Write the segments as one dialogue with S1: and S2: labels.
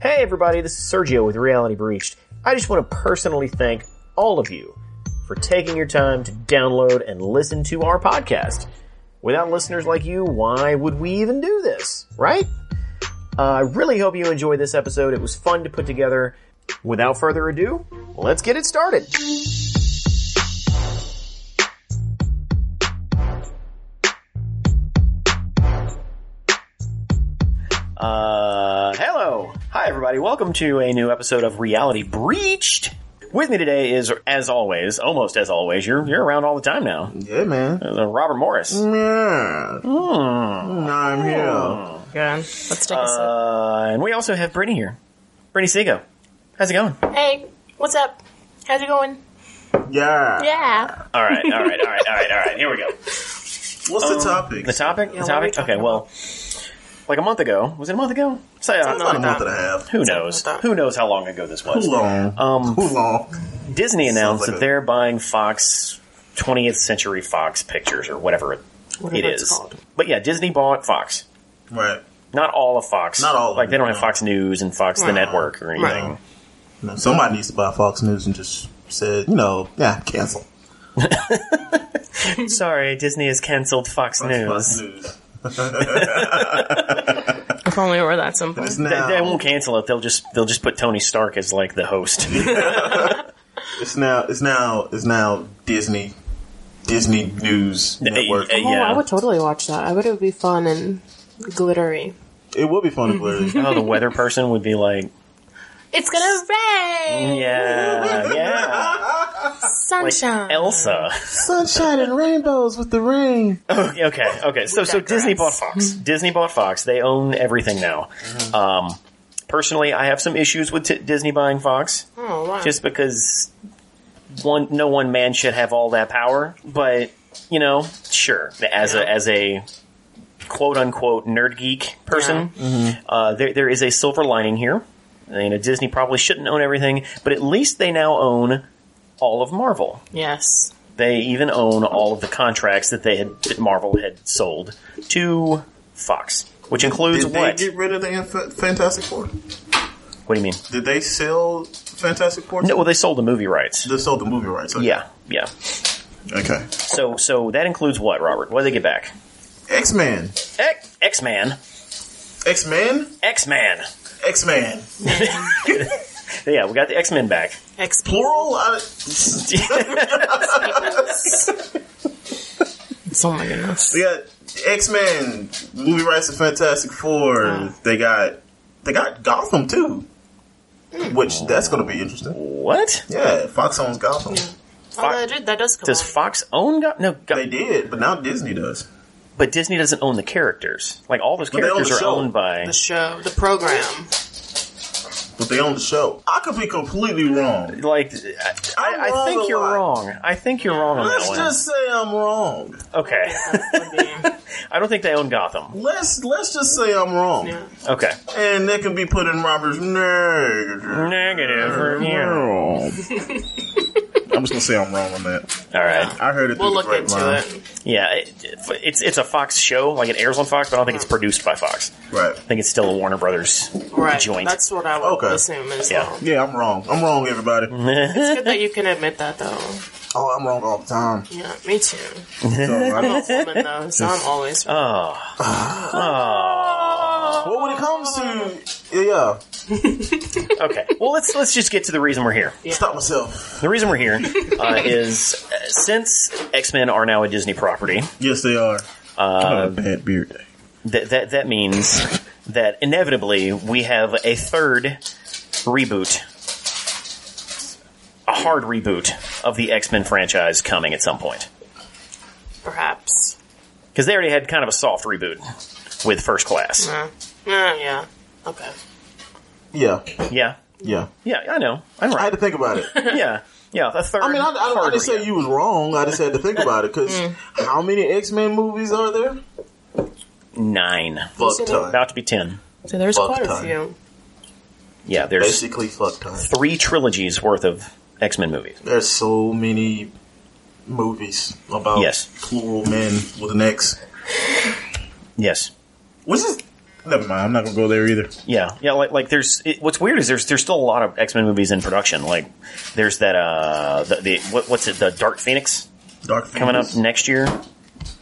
S1: Hey everybody, this is Sergio with Reality Breached. I just want to personally thank all of you for taking your time to download and listen to our podcast. Without listeners like you, why would we even do this, right? Uh, I really hope you enjoyed this episode. It was fun to put together. Without further ado, let's get it started. Uh, hello. Hi, everybody. Welcome to a new episode of Reality Breached. With me today is, as always, almost as always, you're, you're around all the time now,
S2: Yeah, man.
S1: uh, Robert Morris.
S2: Yeah. I'm here.
S3: Good. Let's take a
S1: Uh, and we also have Brittany here. Brittany Sego. How's it going?
S3: sip. Hey, what's up? How's it going?
S2: Yeah.
S3: Yeah.
S1: All right, all right, all right, all right, all right. Here we go.
S2: What's the topic?
S1: Um, The topic?
S3: Yeah,
S1: the
S3: what are we
S1: topic?
S3: talking
S1: Okay, well, like a month ago. Was it a month ago? Say, uh,
S2: It's about a month and a half.
S1: who knows?
S3: Something like that.
S1: Who knows how long ago this was?
S2: Too long.
S1: Um,
S2: Too long.
S1: Disney announced
S2: Sounds
S1: that
S2: like a-
S1: they're buying Fox 20th Century Fox Pictures or whatever it, it
S3: Whatever it's
S1: is.
S3: called.
S1: But yeah, Disney bought Fox.
S2: Right.
S1: Not all of Fox.
S2: Not all of
S1: Like they don't
S2: them,
S1: have
S2: no.
S1: Fox News and Fox the
S3: Right.
S1: Network or anything.
S2: No, somebody needs to buy Fox News and just said, you know, yeah, cancel.
S1: Sorry, Disney has canceled Fox
S2: Fox
S1: News.
S2: News.
S3: If only it were that simple.
S2: It's
S1: They, they
S2: now,
S1: won't cancel it. They'll just they'll just put Tony Stark as like the host.
S2: it's now, it's now, it's now Disney, Disney News Network.
S1: eh,
S3: Oh,
S1: Yeah.
S3: I would totally watch that. I bet it would be fun and glittery.
S2: It would be fun to play.
S1: oh, the weather person would be like,
S3: It's gonna
S1: Mm,
S3: rain!
S1: yeah, yeah,
S3: Sunshine!
S1: Elsa.
S2: Sunshine and rainbows with the rain.
S1: Okay, okay, okay. So, so
S3: digress.
S1: Disney bought Fox. Disney bought Fox. They own everything now. Um, personally, I have some issues with t- Disney buying Fox,
S3: oh, wow.
S1: just because one no one man should have all that power. But you know, sure, as a
S3: Yeah.
S1: as a quote unquote nerd geek person,
S2: Mm-hmm.
S1: uh, there there is a silver lining here. You know, Disney probably shouldn't own everything, but at least they now own all of Marvel.
S3: yes.
S1: They even own all of the contracts that they had that Marvel had sold to Fox, which includes
S2: Did they
S1: what?
S2: get rid of the Inf- Fantastic Four?
S1: what do you mean?
S2: Did they sell Fantastic Four?
S1: No, well, they sold the movie rights.
S2: They sold the movie rights. okay.
S1: Yeah, yeah.
S2: Okay.
S1: So, so that includes what, Robert? What do they get back?
S2: X Men.
S1: X Man,
S2: X Men.
S1: X Man.
S2: X Men.
S1: Yeah, we got the X Men back.
S3: Ex-
S2: Plural. I,
S3: oh my goodness.
S2: they got X Men movie rights to Fantastic Four. They got they got Gotham too, which that's going to be interesting.
S1: What
S2: Yeah, Fox owns Gotham.
S3: Although it did- that does come
S1: does
S3: up.
S1: Fox own? Go- no, Go-
S2: They did, but now Disney does.
S1: but Disney doesn't own the characters. Like all those
S2: But they own
S1: characters
S2: the
S1: are
S2: show.
S1: owned by.
S3: the show, the program.
S2: But they own the show. I could be completely wrong.
S1: Like,
S2: I'm
S1: I, I
S2: wrong
S1: think
S2: a
S1: you're
S2: lot.
S1: wrong. I think you're wrong on
S2: Let's
S1: that one.
S2: just say I'm wrong.
S1: okay,
S3: That would be-
S1: I don't think they own Gotham.
S2: Let's let's just say I'm wrong,
S3: yeah.
S1: Okay.
S2: and that can be put in Robert's nerd.
S1: Negative review.
S2: I'm just gonna say I'm wrong on that.
S1: All right.
S2: I heard it.
S3: We'll
S2: through
S3: look
S2: the
S3: into
S2: grapevine.
S3: it.
S1: Yeah, it, it's it's a Fox show. Like it airs on Fox, but I don't think it's produced by Fox.
S2: Right.
S1: I think it's still a Warner Brothers
S3: Right.
S1: joint.
S3: That's what I would
S2: Okay.
S3: assume as
S1: Yeah.
S3: well.
S2: Yeah, I'm wrong. I'm wrong, everybody.
S1: Oh.
S3: It's good that you can admit that, though.
S2: Oh, I'm wrong all the time.
S3: Yeah, me too.
S2: So, I
S3: I'm a woman though, so I'm always right.
S1: oh,
S2: well, when it comes to yeah, yeah,
S1: okay. Well, let's let's just get to the reason we're here.
S2: stop myself.
S1: The reason we're here uh, is uh, since X Men are now a Disney property,
S2: Yes, they are. Uh, bad beard day.
S1: that that that means that inevitably we have a third reboot, a hard reboot of the X Men franchise coming at some point.
S3: perhaps.
S1: because they already had kind of a soft reboot with First Class.
S3: Uh, yeah, yeah. Okay.
S2: Yeah,
S1: Yeah,
S2: yeah.
S1: yeah, I know. I'm
S2: I
S1: right.
S2: had to think about it. I
S1: yeah, yeah. A third.
S2: mean, I, I, I
S1: hard
S2: didn't say
S1: reboot.
S2: you was wrong. I just had to think about it because how many X Men movies are there?
S1: nine,
S2: Fuck ton.
S1: about to be ten.
S3: So there's
S2: Fuck
S3: quite a
S2: time.
S3: few.
S1: Yeah, there's
S2: Basically, fuck ton.
S1: three trilogies worth of X Men movies.
S2: There's so many movies about
S1: Yes.
S2: plural men with an X,
S1: Yes,
S2: which is Never mind. I'm not gonna go there either.
S1: Yeah, yeah. Like, like there's it, what's weird is there's there's still a lot of X Men movies in production. Like, there's that uh the, the what, what's it the Dark Phoenix
S2: Dark
S1: coming up
S2: Phoenix.
S1: next year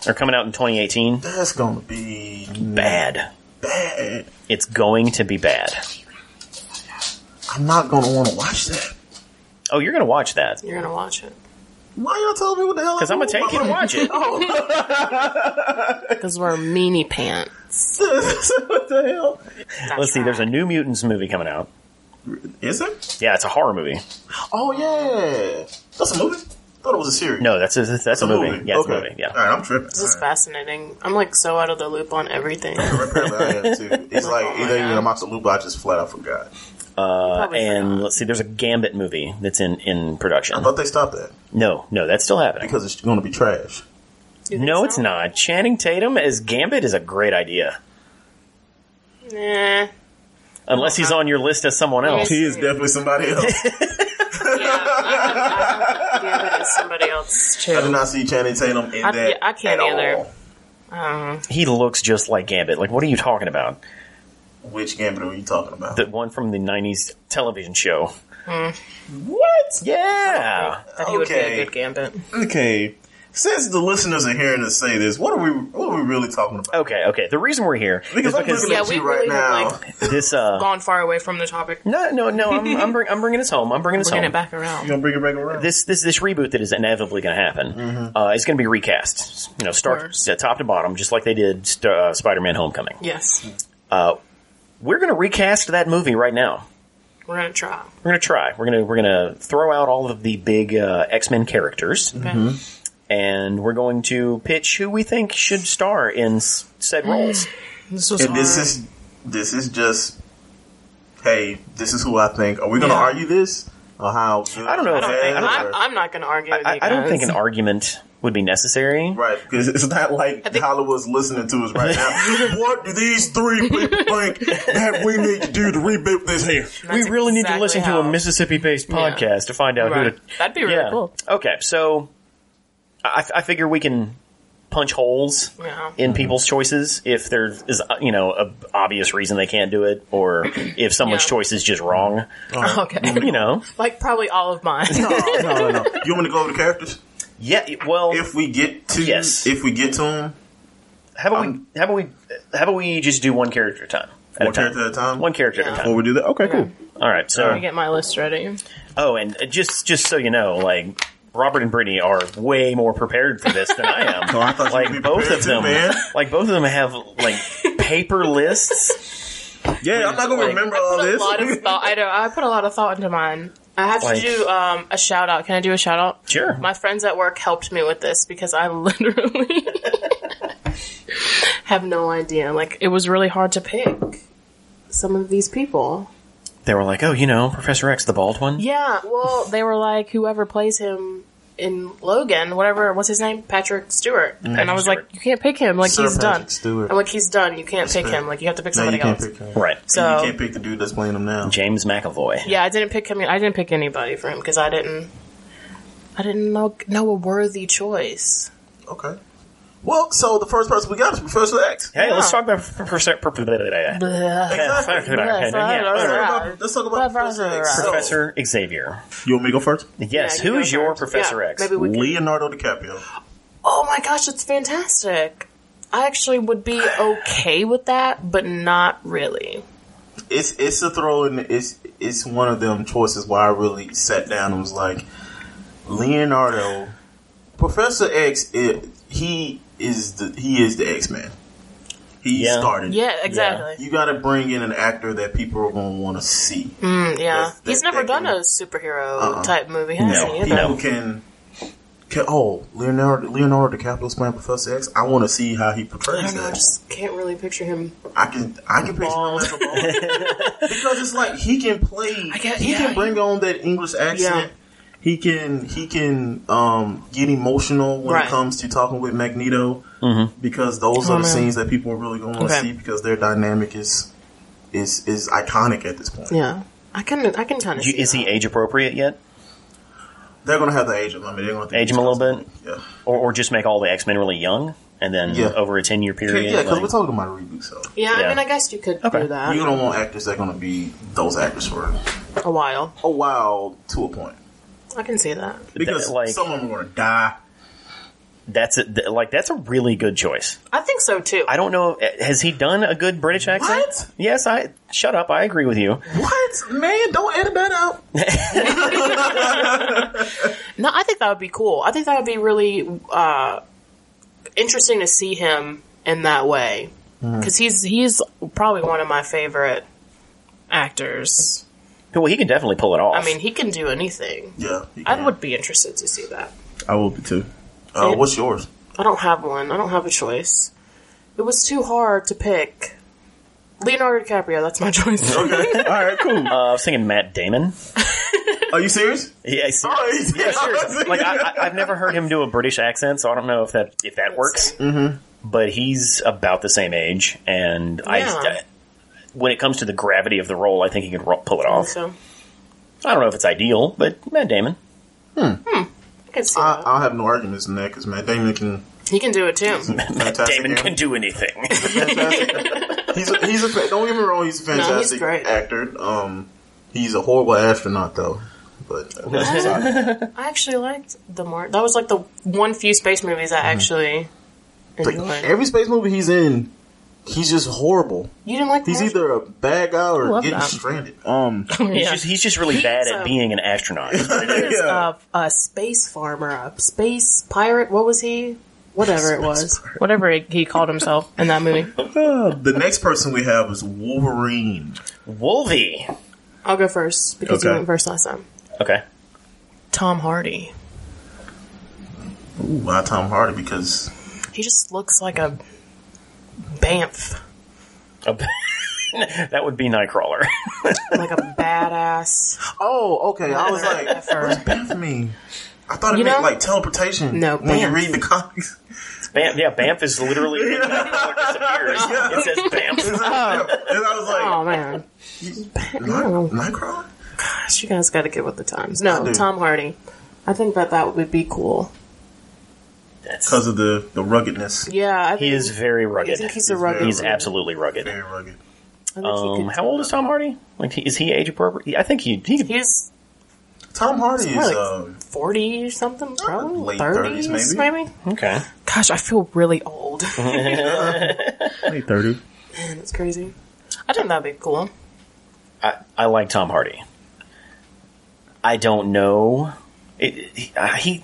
S1: or coming out in 2018.
S2: That's gonna be
S1: Bad.
S2: bad.
S1: It's going to be bad.
S2: I'm not gonna want to watch that.
S1: Oh, you're gonna watch that
S3: You're gonna watch it
S2: Why y'all telling me what the hell?
S1: because I'm gonna take you to watch it.
S3: because we're meanie pants.
S2: what the hell?
S1: Let's see. There's a New Mutants movie coming out.
S2: Is it?
S1: Yeah, it's a horror movie.
S2: Oh yeah. That's a movie. Thought it was a series.
S1: No, that's a that's a movie. Yeah, it's
S2: okay.
S1: a movie. Yeah.
S2: All right, I'm tripping.
S3: This is
S2: All right.
S3: fascinating. I'm like so out of the loop on everything.
S1: Uh,
S2: Apparently I am too. It's like
S3: Oh my
S2: either
S3: God.
S2: I'm out the loop, or I just flat out forgot.
S1: Uh,
S3: probably
S1: and
S3: forgot.
S1: let's see. There's a Gambit movie that's in in
S2: I
S1: production.
S2: thought they stopped that
S1: No, no, that's still happening.
S2: because it's gonna be trash.
S3: You think
S1: No,
S3: so?
S1: it's not. Channing Tatum as Gambit is a great idea.
S3: Nah.
S1: Unless
S3: Uh-huh.
S1: he's on your list as someone else.
S2: He is definitely somebody else.
S3: Yeah, Gambit is somebody else
S2: I do
S3: too.
S2: not see Channing Tatum in
S3: I-
S2: that.
S3: yeah, I can't
S2: at
S3: either.
S2: all.
S3: Um,
S1: He looks just like Gambit. Like, what are you talking about?
S2: Which Gambit are you talking about?
S1: The one from the 90s television show.
S3: Hmm.
S2: what?
S1: Yeah!
S3: that he would be
S2: Okay.
S3: a good Gambit.
S2: Okay. Since the listeners are hearing us say this, what are we? What are we really talking about?
S1: Okay, okay. The reason we're here is
S2: Because I'm
S1: because
S2: looking
S3: Yeah,
S2: at
S3: we
S2: you right
S3: really
S2: now.
S3: have,
S1: this, uh.
S3: Gone far away from the topic.
S1: No, no, no. I'm, I'm, bring, I'm bringing us home. I'm bringing us home.
S3: Bringing it back
S2: you
S3: around.
S2: gonna bring it back around?
S1: This, this, this reboot that is inevitably going to happen
S2: Mm-hmm.
S1: uh, is going to be recast. You know, start
S3: course.
S1: uh, top to bottom, just like they did st- uh, Spider-Man: Homecoming.
S3: Yes,
S1: We're going to recast that movie right now.
S3: we're gonna try.
S1: We're going to try. We're going to we're going to throw out all of the big uh, X-Men characters.
S3: Okay.
S1: Mm-hmm. and we're going to pitch who we think should star in s-
S3: Mm.
S1: said roles.
S3: This was
S2: and this
S3: hard.
S2: is this is just. Hey, this is who I think. Are we gonna
S3: Yeah.
S2: argue this or how?
S1: I don't know
S2: Or
S1: if- I don't think- I don't-
S2: bad
S3: I'm,
S2: or-
S3: I'm not gonna argue with
S1: I,
S3: you
S1: I don't think an
S3: guys.
S1: argument would be necessary.
S2: Right, because it's not like
S3: think-
S2: Hollywood's listening to us right now. what do these three people think that we need to do to rebuild this here?
S1: We
S3: That's
S1: really need to
S3: exactly
S1: listen to
S3: how-
S1: a Mississippi-based podcast to find out who
S3: Right.
S1: to.
S3: That'd be really
S1: yeah.
S3: cool.
S1: Okay, so I, I figure we can punch holes
S3: Yeah.
S1: in people's choices if there is, uh, you know, a obvious reason they can't do it, or if someone's
S3: Yeah.
S1: choice is just wrong.
S3: Okay.
S1: You know,
S3: Like probably all of mine.
S2: No, no, no. You want me to go over the characters?
S1: yeah. Well,
S2: If we get to,
S1: Yes.
S2: if we get to them,
S1: how about
S2: I'm-
S1: we? How about we? How about we just do one character at a time? At
S2: one
S1: a time.
S2: character at a time.
S1: One character at a
S3: Yeah.
S1: time.
S2: Before we do that, okay, cool.
S1: All right. So
S3: Let me get my list ready.
S1: Oh, and just just so you know, like Robert and Brittany are way more prepared for this than I am.
S2: Oh, I thought you
S1: like
S2: would be
S1: both
S2: prepared
S1: of
S2: too,
S1: them,
S2: man.
S1: like both of them have like paper lists.
S2: Yeah, I'm not gonna
S1: Like-
S2: remember
S3: I
S2: all
S3: put a
S2: this.
S3: lot of thought. I know. I put a lot of thought into mine. I have
S1: Like-
S3: to do um, a shout out. Can I do a shout out?
S1: Sure.
S3: My friends at work helped me with this because I literally have no idea. Like it was really hard to pick some of these people.
S1: They were like, "Oh, you know, Professor X, the bald one."
S3: Yeah. Well, they were like whoever plays him in Logan, whatever. What's his name? Patrick Stewart. and I was
S1: Stewart.
S3: like, you can't pick him. Like
S2: Mm-hmm. Sir
S3: he's
S2: Patrick
S3: done.
S2: Stewart.
S3: I'm like he's done. You can't pick
S2: fair.
S3: him. Like you have to pick
S2: no,
S3: somebody
S2: you can't
S3: else.
S2: pick him.
S1: Right.
S2: You
S3: So
S2: can't pick the dude that's playing him now.
S1: James McAvoy.
S3: Yeah, I didn't pick him. I didn't pick anybody for him because I didn't. I didn't know know a worthy choice.
S2: Okay. Well, so the first person we got is Professor X.
S1: Hey, let's
S3: Yeah.
S1: talk about Professor Professor
S3: Bleh.
S2: Exactly. Let's talk about, let's talk about Professor X. So-
S1: Professor Xavier.
S2: you want me to go first?
S1: Yes,
S3: Yeah, you
S1: who is
S3: go
S1: your
S3: first.
S1: Professor
S3: Yeah,
S1: X?
S3: Maybe we could.
S2: Leonardo DiCaprio.
S3: Oh my gosh, it's fantastic. I actually would be okay with that, but not really.
S2: it's it's a throw and it's it's one of them choices where I really sat down and was like Leonardo Professor X i he is the he is the X Man. He
S1: Yeah.
S2: started. it.
S3: Yeah, exactly.
S2: You got to bring in an actor that people are going to want to see.
S3: Mm, Yeah,
S2: That's-
S3: he's
S2: that-
S3: never
S2: that
S3: done
S2: can-
S3: a superhero type movie, has
S1: Uh-uh. No,
S3: he?
S2: People
S3: Either?
S1: no.
S2: can, can. Oh, Leonardo Leonardo DiCaprio's playing Professor X. I want to see how he
S3: I
S2: portrays
S3: don't know. I
S2: that.
S3: just can't really picture him.
S2: I can I can picture him as a bald because it's like he can play.
S3: get-
S2: he
S3: yeah.
S2: can bring on that English accent. He can he can um, get emotional when
S3: Right.
S2: it comes to talking with Magneto because those are
S3: Oh,
S2: the
S3: man.
S2: scenes that people are really going to
S3: Okay.
S2: see because their dynamic is is is iconic at this point.
S3: Yeah, I can. I can kind of.
S1: Do you- Is he age appropriate yet,
S2: They're going to have to age him. I mean, they're going to
S1: Age him a little bit?
S2: Yeah,
S1: or or just make all the X Men really young? and then
S2: Yeah.
S1: over a ten year period.
S2: yeah, because
S1: like-
S2: we're talking about reboot, so
S3: Yeah,
S1: Yeah.
S3: I mean, I guess you could
S1: Okay.
S3: do that
S2: you don't want actors that are going to be those actors for
S3: a while.
S2: a while to a point
S3: I can see that.
S2: because
S1: like-
S2: some of them are going to die.
S1: that's a, th- like that's a really good choice.
S3: I think so too.
S1: I don't know. eh, Has he done a good British accent?
S2: What?
S1: Yes, I shut up. I agree with you.
S2: What man? Don't edit that out.
S3: no, I think that would be cool. I think that would be really uh, interesting to see him in that way
S2: Mm-hmm.
S3: because he's he's probably one of my favorite actors.
S1: Well, he can definitely pull it off.
S3: I mean, he can do anything.
S2: Yeah, you
S3: I
S2: can.
S3: would be interested to see that.
S2: I will be too. Uh, what's yours?
S3: I don't have one. I don't have a choice. It was too hard to pick. Leonardo DiCaprio. That's my choice.
S2: Okay. All right. Cool.
S1: uh, I was thinking Matt Damon.
S2: Are you serious? Oh,
S1: Yeah, I see-
S2: yeah,
S1: seriously. Like I, I, I've never heard him do a British accent, so I don't know if that if that works. Mm-hmm. But he's about the same age, and
S3: Yeah.
S1: I. When it comes to the gravity of the role, I think he could ro- pull it off.
S3: so
S1: I don't know if it's ideal, but Matt Damon.
S3: I can see
S2: I,
S3: that.
S2: I'll have no arguments in that because Matt Damon can
S3: He can do it too.
S1: Matt
S2: fantastic.
S1: Damon
S2: actor.
S1: can do anything.
S2: Fantastic. he's a, he's a fa- don't get me wrong. He's a
S3: he's
S2: fantastic
S3: great.
S2: actor. Um, he's a horrible astronaut though. But uh,
S3: I actually liked the more. That was like the one few space movies I actually
S2: like,
S3: enjoyed.
S2: Mm-hmm. every space movie he's in, he's just horrible.
S3: you didn't like
S2: He's
S3: Mars?
S2: either a bad guy or
S3: love
S2: getting
S3: that.
S2: stranded. Um,
S1: He's
S3: Yeah.
S1: just he's just really bad at
S3: a-
S1: being an astronaut.
S3: He's
S2: yeah.
S3: a, a space farmer, a space pirate. What was he? Whatever it was, whatever he- he called himself in that movie.
S2: the next person we have is Wolverine.
S1: Wolvie.
S3: I'll go first because you
S2: Okay.
S3: went first last time.
S1: Okay.
S3: Tom Hardy.
S2: Ooh, why Tom Hardy? Because
S3: He just looks like a bamf,
S1: A b- that would be Nightcrawler.
S3: like a badass.
S2: oh, okay. I was like,
S3: Effort.
S2: Bamf me. I thought it
S3: You
S2: meant
S3: know-
S2: like teleportation.
S3: No,
S2: when you
S3: Bamf.
S2: read the comics.
S1: Bamf, yeah, Bamf is literally disappears. It says Bamf.
S2: and
S3: Uh-huh.
S2: I was like,
S3: Oh man, Oh,
S2: Night, Nightcrawler?
S3: Gosh, you guys got to get with the times. No,
S2: do.
S3: Tom Hardy. I think that that would be cool.
S1: That's,
S2: Because of the, the ruggedness.
S3: Yeah, I
S1: he
S3: think,
S1: is very
S3: I
S1: rugged.
S3: think
S1: He's,
S3: he's a
S2: very-
S3: rugged. dude.
S1: absolutely rugged.
S2: Very rugged.
S3: I think he
S1: Um,
S3: could-
S1: how old is Tom Hardy? Like, he- is he age appropriate? I think he he could
S3: He's
S2: Tom Hardy is
S3: Really?
S2: um,
S3: 40 or something, probably
S2: late
S3: 30s,
S2: 30s,
S3: maybe?
S2: maybe?
S1: okay.
S3: Gosh, I feel really old. Man,
S2: late thirty.
S3: it's crazy. I think that'd be cool.
S1: I, I like Tom Hardy. I don't know. It, he, uh, he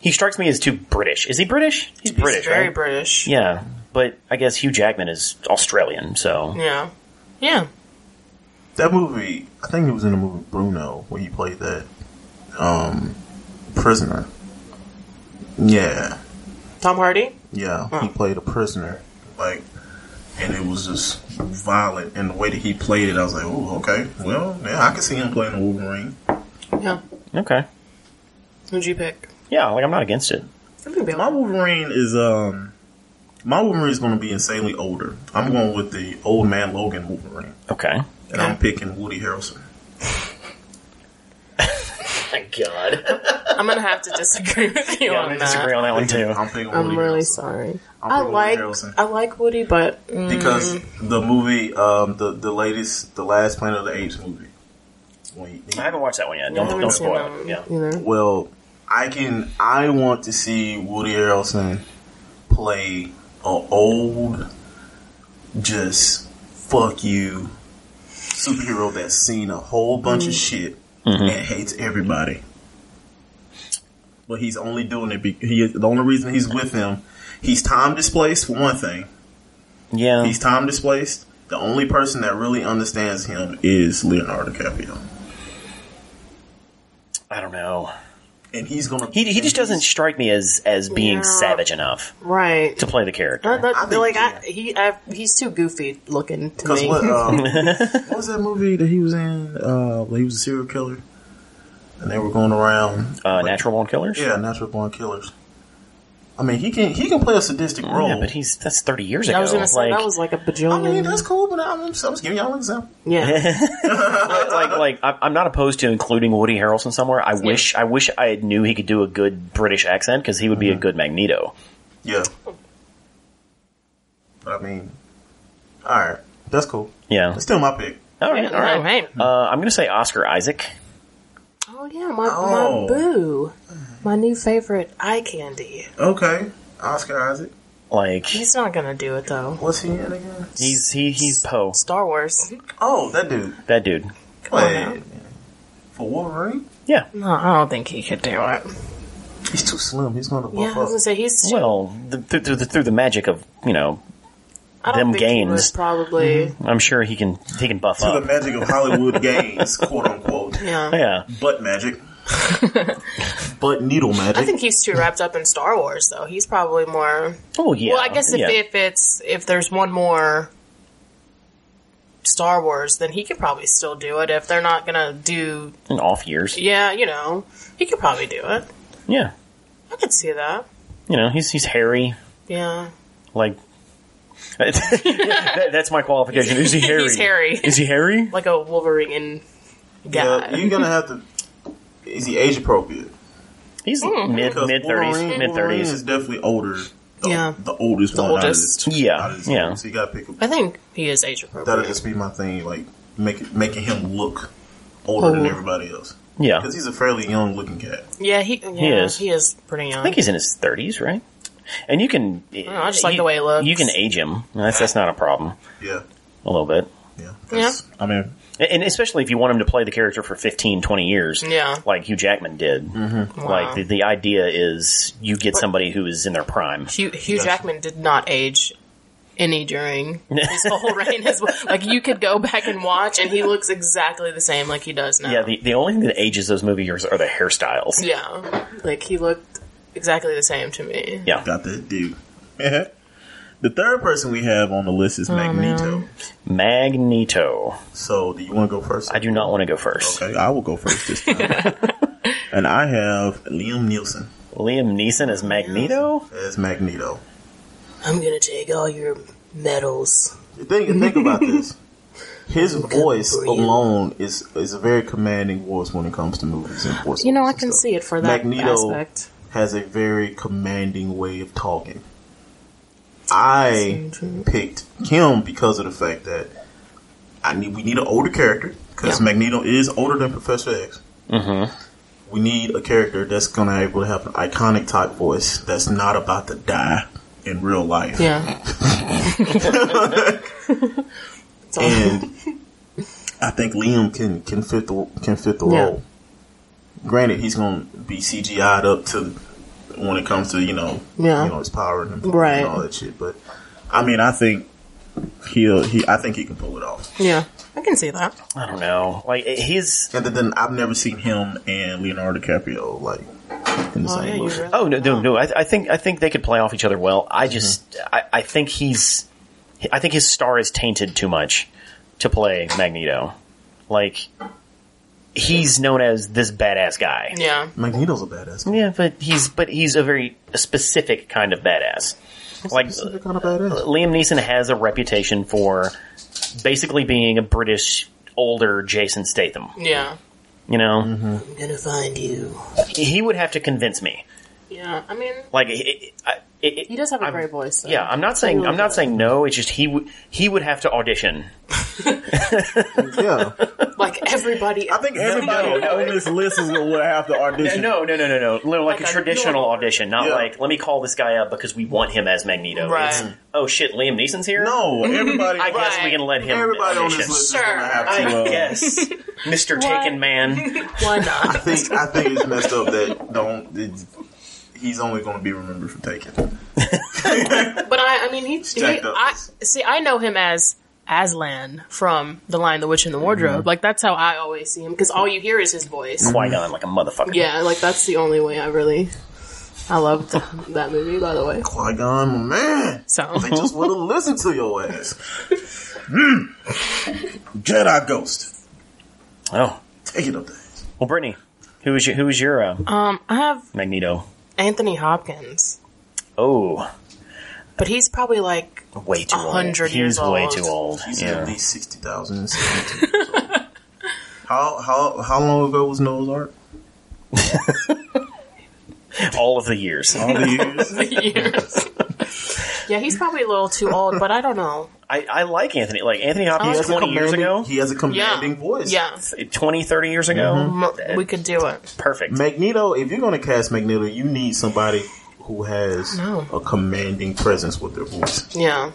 S1: he strikes me as too British. Is he British? He's, British,
S3: He's very
S1: right?
S3: British.
S1: yeah, but I guess Hugh Jackman is Australian, so
S3: Yeah. Yeah.
S2: That movie, I think it was in the movie Bruno where he played that um, prisoner. Yeah,
S3: Tom Hardy?
S2: yeah, he played a prisoner. Like, and it was just violent, and the way that he played it, I was like, "Oh, okay, well, yeah, I can see him playing the Wolverine."
S3: Yeah.
S1: okay.
S3: Who'd you pick?
S1: Yeah, like I'm not against it.
S3: That would be
S2: My
S3: like-
S2: Wolverine is um, my Wolverine is going to be insanely older. I'm going with the old man Logan Wolverine,
S1: Okay.
S2: and I'm picking Woody Harrelson.
S1: Thank God.
S3: I'm going to have to disagree with you
S1: Yeah,
S3: on
S1: I
S3: that.
S1: disagree on that one too.
S2: I'm picking Woody
S3: I'm really
S2: Harrelson.
S3: sorry.
S2: I'm
S3: I
S2: picking Woody
S3: like
S2: Harrelson.
S3: I like Woody, but mm,
S2: because
S1: Mm-hmm.
S2: the movie, um, the the latest, the last Planet of the Apes movie. When he-
S1: I haven't watched that one yet.
S3: I
S1: Don't,
S3: haven't
S1: don't
S3: seen that
S1: spoil
S3: one
S1: it. Yeah.
S3: either.
S2: well, I can. I want to see Woody Harrelson play an old, just fuck you superhero that's seen a whole bunch
S1: Mm-hmm.
S2: of shit and hates everybody. But he's only doing it. Be- he the only reason he's with him. He's time displaced for one thing.
S1: Yeah.
S2: He's time displaced. The only person that really understands him is Leonardo DiCaprio,
S1: I don't know.
S2: and he's gonna.
S1: He he
S2: and
S1: just doesn't
S2: he's-
S1: strike me as as being
S3: Yeah.
S1: savage enough
S3: Right.
S1: to play the character.
S3: I, that,
S2: I think-
S3: like
S2: yeah.
S3: I, he, I, he's too goofy looking to
S2: Cause
S3: me.
S2: what, um, what was that movie that he was in? Uh, where he was a serial killer, and they were going around.
S1: Uh, natural born killers.
S2: Yeah, natural born killers. I mean, he can he can play a sadistic role.
S1: Yeah, but he's that's thirty years ago.
S3: I was gonna say
S1: like,
S3: that was like a
S2: I
S3: bajillion.
S2: mean, that's cool. But I'm, I'm just giving y'all an example.
S3: yeah,
S1: like like I'm I'm not opposed to including Woody Harrelson somewhere. I wish Mm-hmm. I wish I knew he could do a good British accent because he would be a good Magneto.
S2: Yeah, mean, all right, that's cool.
S1: Yeah.
S2: That's still my pick.
S1: All right. All right.
S3: Oh, Hey.
S1: Uh, I'm gonna say Oscar Isaac.
S3: Oh yeah, my,
S2: Oh.
S3: my boo, my new favorite eye candy.
S2: Okay, Oscar Isaac.
S1: Like
S3: He's not gonna do it though.
S2: What's he in again?
S1: he's he he's Poe.
S3: Star Wars.
S2: Oh, that dude.
S1: That dude.
S3: on
S2: Wait,
S3: now.
S2: for Wolverine,
S1: Yeah.
S3: No, I don't think he could do it.
S2: he's too slim. He's gonna
S3: Yeah,
S2: buff
S3: I was gonna
S2: up.
S3: say he's. Too,
S1: Well, the, through, through, the, through the magic of you know,
S3: I don't
S1: them Mm-hmm.
S3: think he would
S1: gains.
S3: probably.
S1: I'm sure he can he can buff
S2: To the
S1: up.
S2: magic of Hollywood games, quote unquote.
S3: Yeah.
S1: Yeah.
S2: Butt magic. Butt needle magic.
S3: I think he's too wrapped up in Star Wars, though. He's probably more.
S1: Oh yeah.
S3: well, I guess if,
S1: yeah.
S3: if it's if there's one more Star Wars, then he could probably still do it. If they're not gonna do,
S1: in off years.
S3: yeah, you know, he could probably do it.
S1: Yeah.
S3: I could see that.
S1: You know, he's he's hairy.
S3: Yeah,
S1: Like that, that's my qualification. Is he hairy?
S3: He's hairy.
S1: Is he hairy?
S3: like a Wolverine guy.
S2: yeah, you're gonna have to. Is he age appropriate?
S1: He's
S3: Hmm.
S1: mid
S2: Because
S1: mid thirties,
S2: Wolverine-
S1: mid
S2: Wolverine
S1: thirties.
S2: is definitely older. The,
S3: Yeah.
S2: the oldest one. out of
S3: oldest.
S2: the two-
S1: Yeah,
S2: out of the two.
S1: yeah.
S2: So you gotta pick. A,
S3: I think he is age appropriate.
S2: that'll just be my thing. Like make, making him look older than
S3: Old.
S2: everybody else
S1: Yeah,
S2: because he's a fairly young looking cat.
S3: yeah, he, yeah, he
S1: is.
S3: is. pretty young.
S1: I think he's in his thirties, right? And you can.
S3: know, I just like the way he looks.
S1: You can age him. and That's that's not a problem.
S2: Yeah.
S1: A little bit.
S2: Yeah. That's- I mean,
S1: And especially if you want him to play the character for 15, 20 years,
S3: Yeah.
S1: like Hugh Jackman did. Mm-hmm. Like, the, the idea is you get somebody who is in their prime.
S3: Hugh, Hugh
S2: Yes.
S3: Jackman did not age any during his whole reign as well. Like you could go back and watch, and he looks exactly the same like he does now.
S1: Yeah, the, the only thing that ages those movie years are the hairstyles.
S3: Yeah. like he looked exactly the same to me.
S1: Yeah.
S2: got that dude. the third person we have on the list
S3: Oh,
S2: is Magneto.
S1: Magneto.
S2: So, do you want to go first?
S1: I do not want to go first.
S2: Okay, I will go first this time. and I have Liam Nielsen
S1: Liam Neeson as Magneto?
S2: as Magneto.
S3: I'm gonna take all your medals.
S2: Think think about this. His voice
S3: for you.
S2: alone is is a very commanding voice when it comes to movies and voice.
S3: You know, I
S2: actors
S3: can
S2: and stuff.
S3: see it for that
S2: Magneto
S3: aspect.
S2: has a very commanding way of talking. I picked him because of the fact that I need we need an older character because
S3: Yeah.
S2: Magneto is older than Professor X. We need a character that's gonna able to have an iconic type voice that's not about to die in real life.
S3: Yeah. It's all-
S2: and I think Liam can can fit the can fit the
S3: Yeah.
S2: role. Granted, he's going to be CGI'd up to when it comes to you know
S3: Yeah.
S2: you know his power and,
S3: Right.
S2: and all that shit. But I mean, I think he'll he I think he can pull it off.
S3: yeah. I can see that.
S1: I don't know. Like, he's.
S2: And then I've never seen him and Leonardo DiCaprio like in the
S3: Oh, yeah,
S2: same
S3: you
S2: movie.
S3: really
S1: Oh, no, no, no. I, I, think, I think they could play off each other well. I just. I, I think he's. I think his star is tainted too much to play Magneto. Like, he's known as this badass guy.
S3: Yeah.
S2: Magneto's a badass. He's
S1: Yeah, but he's but he's a very specific kind of badass. Like
S2: a kind of badass.
S1: Liam Neeson has a reputation for basically being a British older Jason Statham.
S3: Yeah.
S1: You know,
S3: I'm gonna find you.
S1: he would have to convince me.
S3: Yeah. I mean
S1: Like it, it, I- it, it,
S3: he does have a
S1: I'm-
S3: great voice. Though.
S1: Yeah, I'm not saying I'm not saying no. It's just he would he would have to audition. uh,
S2: Yeah,
S3: like everybody.
S2: I think everybody on this list is going to have to audition.
S1: No, no, no, no, no. No, Like,
S3: Like
S1: a
S3: a
S1: traditional
S3: normal-
S1: audition, not
S2: Yeah.
S1: like let me call this guy up because we want him as Magneto.
S3: Right.
S1: It's, oh shit, Liam Neeson's here.
S2: No, everybody.
S1: I guess
S3: Right.
S1: we can let him
S2: Everybody on
S1: audition.
S2: this list
S3: Sure.
S2: is gonna have
S1: I
S2: to. uh,
S1: guess. Mr. Taken Man.
S3: Why not?
S2: I think I think it's messed up that don't. It, he's only going to be remembered for taking.
S3: But I, I mean, he, he
S2: jacked up.
S3: I see. I know him as Aslan from The Lion, the Witch,
S2: Mm-hmm.
S3: and the Wardrobe. Like that's how I always see him because all you hear is his voice.
S1: Qui-Gon like a motherfucker.
S3: Yeah, like that's the only way I really. I loved that movie, by the way.
S2: Qui Gon, man,
S3: So
S2: they just would have listened to your ass. Mm. Jedi Ghost,
S1: Oh.
S2: take it up the ass.
S1: Well, Brittany, who is your, who is your uh,
S3: um, I have
S1: Magneto?
S3: Anthony Hopkins,
S1: Oh,
S3: but he's probably like
S1: way too old.
S3: 100 years
S1: He's way
S3: old.
S1: too old.
S2: He's at
S1: Yeah. Mm,
S2: least sixty thousand. how how how long ago was Noah's Ark?
S1: All of the years.
S2: All the years.
S3: years. Yeah, he's probably a little too old, but I don't know.
S1: I, I like Anthony. Like Anthony Hopkins,
S2: He has a
S1: 20 years
S2: commanding-
S1: ago,
S2: He has a
S3: Yeah,
S2: commanding voice.
S3: Yeah,
S1: 20, 30 years ago,
S2: Mm-hmm.
S3: M- we could do it.
S1: perfect.
S2: Magneto, if you're going to cast Magneto, you need somebody who has
S3: No.
S2: a commanding presence with their voice.
S3: Yeah,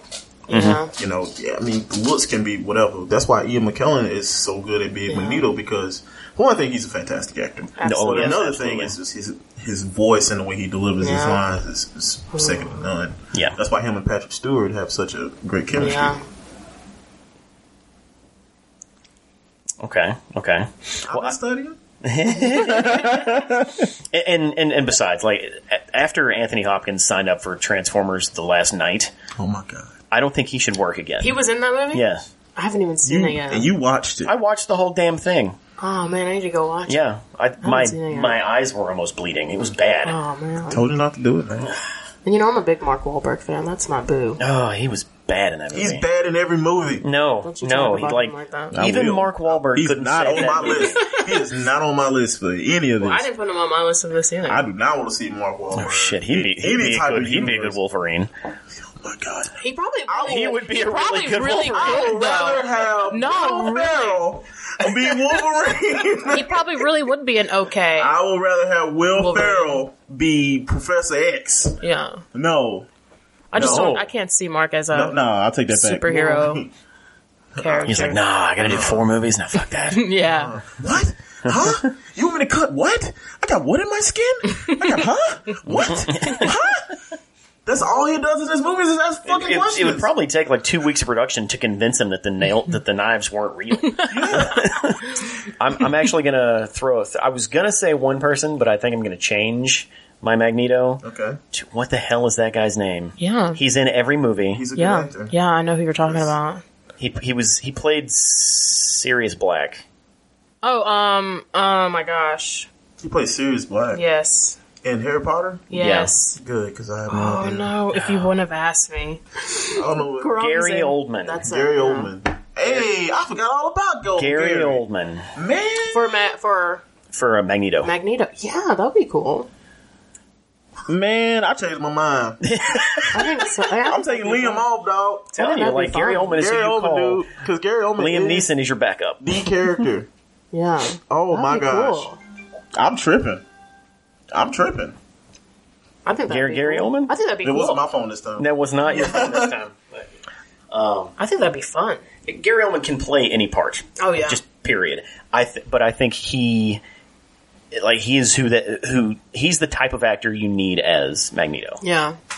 S1: Mm-hmm.
S3: yeah,
S2: You know, yeah, I mean, looks can be whatever. That's why Ian McKellen is so good at being
S3: Yeah.
S2: Magneto because, for one thing, he's a fantastic actor.
S3: Absolutely.
S2: But
S1: yes,
S2: another
S1: absolutely.
S2: thing is just his his voice and the way he delivers his
S3: Yeah.
S2: lines is, is second to none.
S1: Yeah.
S2: that's why him and Patrick Stewart have such a great chemistry.
S3: yeah.
S1: Okay, okay.
S2: I've been studying.
S1: And, and and besides, like a- after Anthony Hopkins signed up for Transformers the last night,
S2: Oh my god!
S1: I don't think he should work again.
S3: He was in that movie.
S1: yeah,
S3: I haven't even seen
S2: You,
S3: it yet.
S2: And you watched it.
S1: I watched the whole damn thing.
S3: oh man, I need to go watch. it.
S1: Yeah, I, my
S3: seen it yet.
S1: my eyes were almost bleeding. It was bad.
S3: Oh man.
S2: told you not to do it, man.
S3: And you know I'm a big Mark Wahlberg fan. That's my boo.
S1: Oh, he was bad in that movie.
S2: He's bad in every movie.
S1: No,
S3: Don't you
S1: no,
S3: talk
S1: he
S3: about
S1: like,
S3: him like that.
S2: I
S1: even
S2: will.
S1: Mark Wahlberg
S2: He's
S1: couldn't
S2: not
S1: save
S2: on
S1: that
S2: my
S1: movie.
S2: list. He is not on my list for any of this.
S3: I
S2: I,
S3: didn't put him on my list of this either.
S2: do not want to see Mark Wahlberg.
S1: Oh shit, he'd be, he'd
S2: Any
S1: be, a
S2: type
S1: good,
S2: of
S1: he'd be a good
S2: universe.
S1: Wolverine.
S2: Oh my god.
S3: he probably
S1: He would be a really
S3: probably
S1: good
S3: really
S1: Wolverine.
S3: would,
S2: I'd rather
S3: though.
S2: have
S3: No,
S2: Will
S3: really.
S2: Ferrell be Wolverine.
S3: He probably really would be an okay.
S2: I would rather have Will
S3: Wolverine.
S2: Ferrell be Professor X.
S3: Yeah.
S2: No,
S3: I just
S2: No.
S3: don't. I can't see Mark as a
S2: no, no I'll take that back.
S3: superhero character.
S1: He's like, nah, I gotta
S2: Uh-huh.
S1: do four movies. Now fuck that.
S3: Yeah.
S2: What? Huh? You want me to cut what? I got what in my skin? I got huh? What? Huh? That's all he does in this movie is ask fucking
S1: It,
S2: questions.
S1: it would probably take like two weeks of production to convince him that the nail that the knives weren't real. I'm, I'm actually gonna throw. A th- I was gonna say one person, but I think I'm gonna change my Magneto.
S2: okay,
S1: to- What the hell is that guy's name?
S3: Yeah.
S1: he's in every movie.
S2: he's a good
S3: Yeah.
S2: actor.
S3: Yeah. I know who you're talking about.
S1: He he was he played Sirius Black.
S3: Oh, um, oh my gosh.
S2: He plays Sirius Black
S3: Yes.
S2: and Harry Potter.
S3: Yes.
S2: Good, because I have no
S3: Oh
S2: idea.
S3: no, if you wouldn't have asked me.
S2: I don't know. What,
S3: Grum's
S1: Gary
S3: in-
S1: Oldman.
S3: That's it,
S2: Gary
S3: yeah.
S2: Oldman. Hey, I forgot all about Gold
S1: Gary,
S2: Gary,
S1: Oldman
S2: Man,
S3: For Ma- for
S1: for a Magneto.
S3: Magneto. Yeah, that'd be cool.
S2: man, I changed my mind.
S3: I think so.
S2: I'm taking Liam off, dog.
S1: I'm telling you,
S3: that'd be
S1: like Gary
S3: fine.
S1: Oldman is
S2: Gary
S1: who you
S2: Oldman,
S1: call.
S2: dude, because Gary Oldman,
S1: Liam
S2: is
S1: Neeson is your backup.
S2: the character.
S3: Yeah.
S2: Oh
S3: That'd
S2: my
S3: be
S2: gosh,
S3: cool.
S2: I'm tripping. I'm tripping.
S3: I think that'd
S1: Gary-
S3: be
S1: Gary
S3: cool.
S1: Oldman?
S3: I think that'd
S2: It
S3: be
S2: wasn't
S3: cool.
S2: my phone this time.
S1: That was not your first time.
S3: I think that'd be fun.
S1: Gary Oldman can play any part.
S3: Oh yeah.
S1: just period. I th- but I think he like he is who that who he's the type of actor you need as Magneto.
S3: yeah. I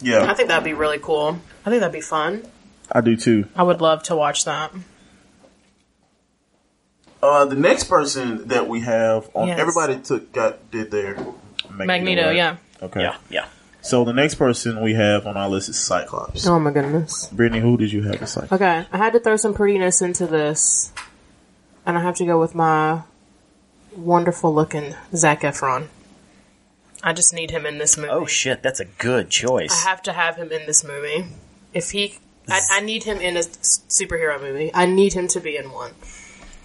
S2: Yeah,
S3: think that'd be really cool. I think that'd be fun.
S2: I do too.
S3: I would love to watch that.
S2: Uh, the next person that we have on
S3: Yes.
S2: everybody took got did their Magneto.
S3: Magneto,
S2: right?
S3: yeah.
S2: Okay.
S1: Yeah, yeah.
S2: So the next person we have on our list is Cyclops.
S3: Oh my goodness.
S2: Brittany, who did you have as Cyclops?
S3: Okay, I had to throw some prettiness into this, and I have to go with my wonderful looking Zach Efron. I just need him in this movie.
S1: Oh shit, that's a good choice.
S3: I have to have him in this movie. If he, I, I need him in a s- superhero movie. I need him to be in one.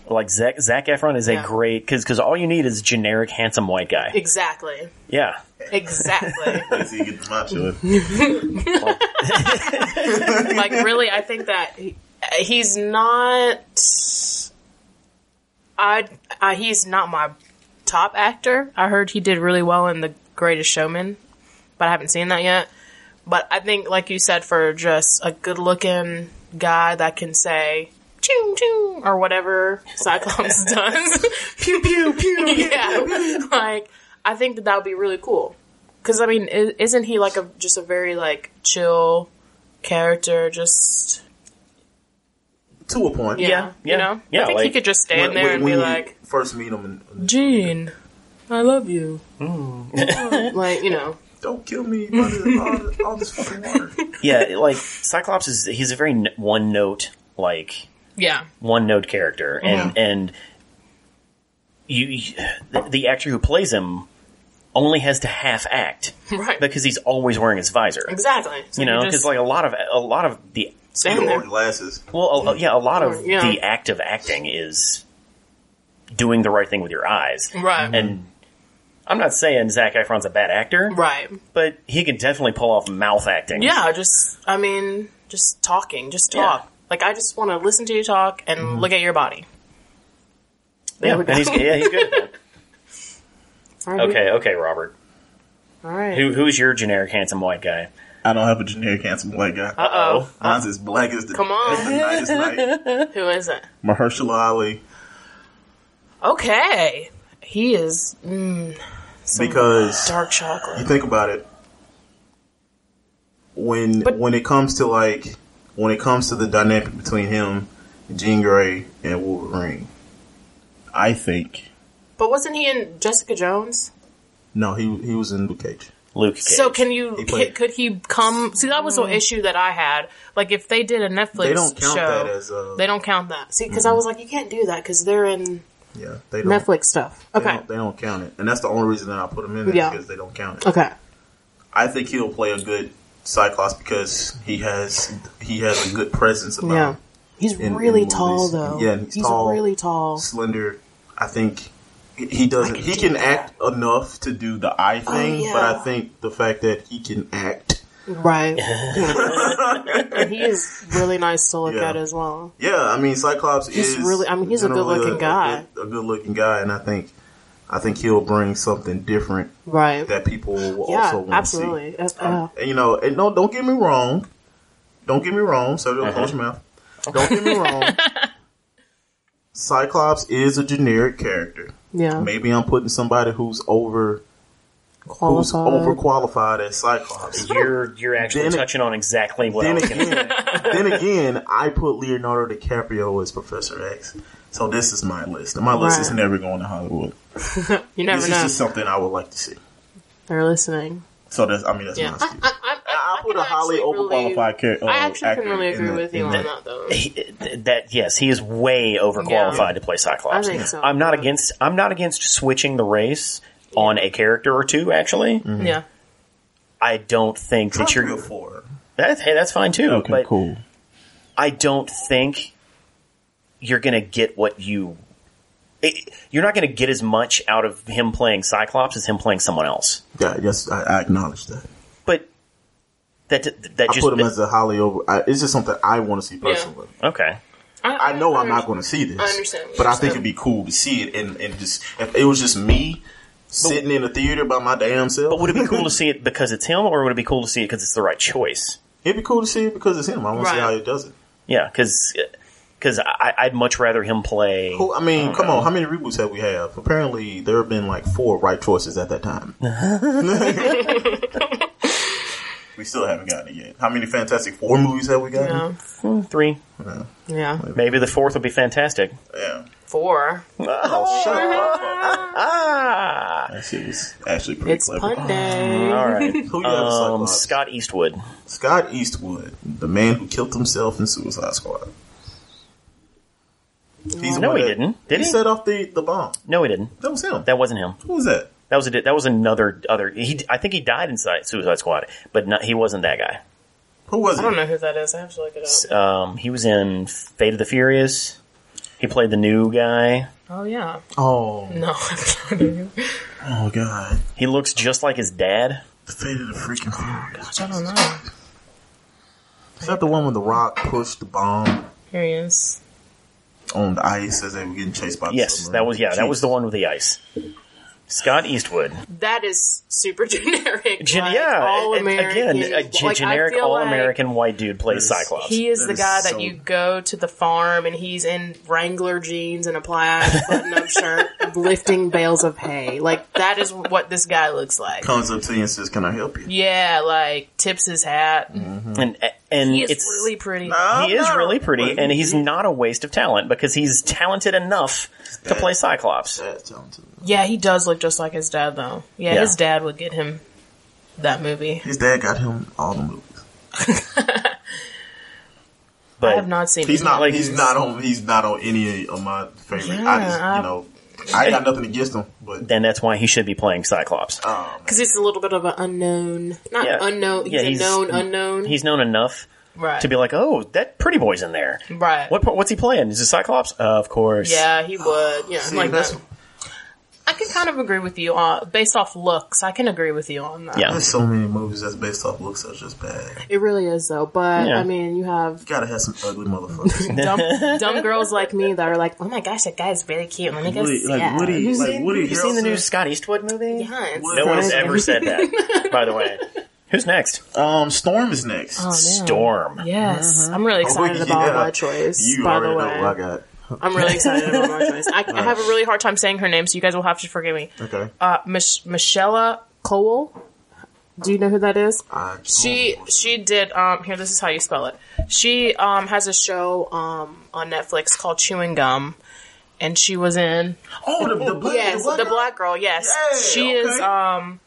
S1: like Zach Zach Efron is
S3: Yeah.
S1: a great because because all you need is generic handsome white guy.
S3: Exactly.
S1: Yeah,
S3: Exactly.
S2: See, get the macho.
S3: like really, I think that he, he's not. I, I he's not my top actor. I heard he did really well in The Greatest Showman, but I haven't seen that yet. But I think, like you said, for just a good-looking guy that can say "choo choo" or whatever Cyclops does, pew pew pew, yeah, like I think that that would be really cool. Because I mean, i- isn't he like a just a very like chill character? Just
S2: to a point.
S3: yeah,
S1: yeah,
S3: you know.
S1: yeah,
S3: I think he
S1: like-
S3: could just
S2: When,
S3: stand there and
S2: when
S3: be
S2: you
S3: like,
S2: first meet him, and,
S3: "Gene, I love you."
S1: Hmm.
S3: like you know,
S2: don't kill me. by this- All this, all this fucking water.
S1: yeah. Like Cyclops is he's a very n- one note like
S3: yeah,
S1: one note character, and and you the, the actor who plays him only has to half act
S3: right,
S1: because he's always wearing his visor.
S3: exactly. So
S1: you know,
S3: just
S1: because like a lot of a lot of the
S3: stand there.
S2: glasses.
S1: well, a, yeah, a lot of
S3: Oh, Yeah.
S1: the act of acting is doing the right thing with your eyes,
S3: Right.
S1: and I'm not saying Zach Efron's a bad actor,
S3: Right.
S1: but he can definitely pull off mouth acting.
S3: Yeah, just I mean, just talking, just talk. Like I just want to listen to you talk and
S1: Mm-hmm.
S3: look at your body.
S1: yeah, and he's, yeah, he's good. at
S3: All
S1: that.
S3: right.
S1: okay, okay, Robert.
S3: All right.
S1: Who who's your generic handsome white guy? Oh,
S2: I don't have a generic handsome black guy.
S3: Uh-oh.
S2: Mine's as black as the
S3: Uh, Come on.
S2: as the night is night.
S3: Who is it?
S2: Mahershala Ali.
S3: Okay. He is mm, some
S2: Because
S3: dark
S2: you
S3: chocolate.
S2: think about it, when
S3: But-
S2: when it comes to like when it comes to the dynamic between him, Jean Grey, and Wolverine, I think
S3: But wasn't he in Jessica Jones?
S2: no, he he was in Luke Cage.
S1: Luke. Cage.
S3: So can you
S2: He
S3: c-
S2: played-
S3: could he come? See, that was an issue that I had. Like if they did a Netflix
S2: They don't count
S3: show,
S2: that as Mm. uh,
S3: they don't count that. See, because I was like, you can't do that because they're in
S2: yeah they don't
S3: Netflix stuff.
S2: they
S3: Okay.
S2: don't, they don't count it, and that's the only reason that I put him in there
S3: Yeah.
S2: because they don't count it.
S3: Okay.
S2: I think he'll play a good Cyclops because he has he has a good presence about
S3: Yeah.
S2: him.
S3: He's
S2: in
S3: really
S2: movies.
S3: tall though.
S2: Yeah, he's tall.
S3: really tall.
S2: slender. I think he- he doesn't.
S3: I can
S2: he
S3: do
S2: can
S3: that.
S2: act enough to do the eye thing,
S3: Oh, yeah.
S2: but I think the fact that he can act,
S3: Right. and he is really nice to look
S2: Yeah.
S3: at as well.
S2: yeah. I mean, Cyclops
S3: He's
S2: is
S3: really- I mean, he's a
S2: generally
S3: good-looking guy.
S2: a good looking guy, and I think I think he'll bring something different
S3: Right.
S2: that people will
S3: yeah,
S2: also want to see.
S3: absolutely. Uh, uh,
S2: And, you know, and no, don't get me wrong. Don't get me wrong. So
S3: Uh-huh.
S2: don't close your mouth. Don't get me wrong. Cyclops is a generic character.
S3: yeah.
S2: Maybe I'm putting somebody who's over who's
S3: Qualified.
S2: overqualified as Cyclops.
S1: you're you're actually
S2: Then it-
S1: touching on exactly what I
S2: Then
S1: was going to
S2: again, then again, I put Leonardo DiCaprio as Professor X. So this is my list. And my list is
S3: Right.
S2: never going to Hollywood.
S3: you
S2: This
S3: never
S2: is
S3: know.
S2: just something I would like to see.
S3: They're listening.
S2: So that's I mean that's
S3: Yeah.
S2: my
S3: I,
S2: excuse.
S3: I, I, I,
S2: I put
S3: can
S2: a highly
S3: actually really-
S2: overqualified uh, character.
S3: I actually can really agree with you on
S2: that.
S3: that though.
S1: He- that yes, he is way overqualified
S3: Yeah.
S1: to play Cyclops.
S3: I think so.
S1: am not against. I'm not against switching the race on a character or two. Actually,
S3: Yeah.
S1: I don't think that
S2: Three or
S1: you're.
S2: four.
S1: That, hey, that's fine too.
S2: Okay,
S1: but
S2: cool.
S1: I don't think you're going to get what you. It, you're not going to get as much out of him playing Cyclops as him playing someone else.
S2: Yeah, yes, I, I acknowledge that.
S1: But that that
S2: I
S1: just
S2: put him as a highly over. I, it's just something I want to see personally.
S1: okay.
S2: I know I'm not going to see this.
S3: I understand what
S2: But I
S3: you're
S2: think
S3: saying.
S2: it'd be cool to see it and, and just if it was just me sitting in a theater by my damn self.
S1: But would it be cool to see it because it's him, or would it be cool to see it because it's the right choice?
S2: it'd be cool to see it because it's him. I want to see
S3: Right.
S2: how he does it.
S1: Yeah, because I'd much rather him play.
S2: Who- I mean, come on, how many reboots have we have? Apparently, there have been like four right choices at that time. we still haven't gotten it yet. How many Fantastic Four movies have we gotten?
S3: Yeah.
S1: Hmm, Three,
S3: Yeah.
S1: maybe the fourth would be fantastic.
S2: Yeah.
S3: Four.
S2: Oh, shut up.
S1: Ah,
S2: That shit was actually pretty
S3: It's
S2: clever.
S3: punt day.
S1: all right.
S2: Who you have
S1: Um,
S2: as Cyclops?
S1: Scott Eastwood.
S2: Scott Eastwood, the man who killed himself in Suicide Squad. He's
S1: Mm, No,
S2: one
S1: he
S2: that-
S1: didn't. Did he?
S2: set off the, the bomb.
S1: No, he didn't.
S2: That was him.
S1: That wasn't him.
S2: Who was that?
S1: That was a, that was another other. He, I think he died inside Suicide Squad, but not, he wasn't that guy.
S2: Who was
S3: I
S2: it?
S3: don't know who that is. I have to look it up.
S1: Um, he was in Fate of the Furious. He played the new guy.
S3: Oh yeah.
S2: Oh,
S3: No, I'm not even-
S2: oh God.
S1: He looks just like his dad.
S2: The fate of the freaking furious.
S3: Oh, I don't know.
S2: Is that the one when The Rock pushed the bomb
S3: Here he is.
S2: on the ice as they were getting chased by the
S1: Yes,
S2: submarine?
S1: that was yeah, that was the
S2: Jeez.
S1: one with the ice. Scott Eastwood.
S3: That is super generic.
S1: Gen-
S3: like,
S1: yeah,
S3: all
S1: a- a-
S3: American.
S1: again, a ge-
S3: Like, I
S1: generic
S3: feel
S1: all
S3: like
S1: American white dude plays
S2: is-
S1: Cyclops.
S3: He is
S2: That
S3: the
S2: is
S3: guy
S2: so-
S3: that you go to the farm and he's in Wrangler jeans and a plaid button-up shirt, lifting bales of hay. Like that is what this guy looks like.
S2: Comes up to you and says, "Can I help you?"
S3: Yeah, like tips his hat.
S1: and and
S3: He is
S1: it's
S3: really pretty.
S1: he is really pretty, and
S2: he's
S1: he's not a waste of talent because he's talented enough to play Cyclops.
S3: Yeah, he does look just like his dad though. Yeah,
S1: Yeah.
S3: his dad would get him that movie.
S2: His dad got him all the movies.
S1: But
S3: I have not seen.
S2: He's
S3: it.
S2: not.
S1: Like-
S2: he's not on. He's not on any of my favorite. I just,
S3: Yeah, I-
S2: you know, I got nothing against him, but
S1: then that's why he should be playing Cyclops.
S2: um,
S3: because he's a little bit of an unknown, not
S1: Yeah.
S3: unknown. He's
S1: Yeah,
S3: a
S1: he's-
S3: known unknown.
S1: He's known enough
S3: right
S1: to be like, oh, that pretty boy's in there.
S3: right.
S1: What what's he playing? Is it Cyclops? of course.
S3: Yeah, he would. Yeah,
S2: see,
S3: like
S2: that's
S3: that. I can kind of agree with you on based off looks. I can agree with you on that.
S1: Yeah.
S2: There's so many movies that's based off looks that's just bad.
S3: It really is though, but
S1: Yeah.
S3: I mean, you have
S2: Gotta have some ugly motherfuckers.
S3: dumb, dumb girls like me that are like, "Oh my gosh, that guy's really cute. Let me go
S2: Woody,
S3: see
S2: like
S3: that."
S2: Woody, like Woody.
S1: you seen the new
S2: Harrelson.
S1: Scott Eastwood movie?
S3: Yes.
S2: Woody-
S1: No one has ever said that, by the way. Who's next?
S2: Um, Storm is next.
S3: Oh, man.
S1: Storm.
S3: Yes, I'm really excited
S2: Oh,
S3: about
S2: yeah.
S3: my choice.
S2: You
S3: by
S2: already
S3: the way,
S2: know what I got.
S3: I'm really excited about my choice. I, I have a really hard time saying her name, so you guys will have to forgive me.
S2: Okay.
S3: Uh, Mich- Michelle Cole. Do you know who that is?
S2: I-
S3: She she did um here this is how you spell it. She um has a show um on Netflix called Chewing Gum and she was in
S2: Oh, the, the black,
S3: Yes,
S2: the black, girl?
S3: girl, yes.
S2: Yeah,
S3: she is
S2: okay.
S3: um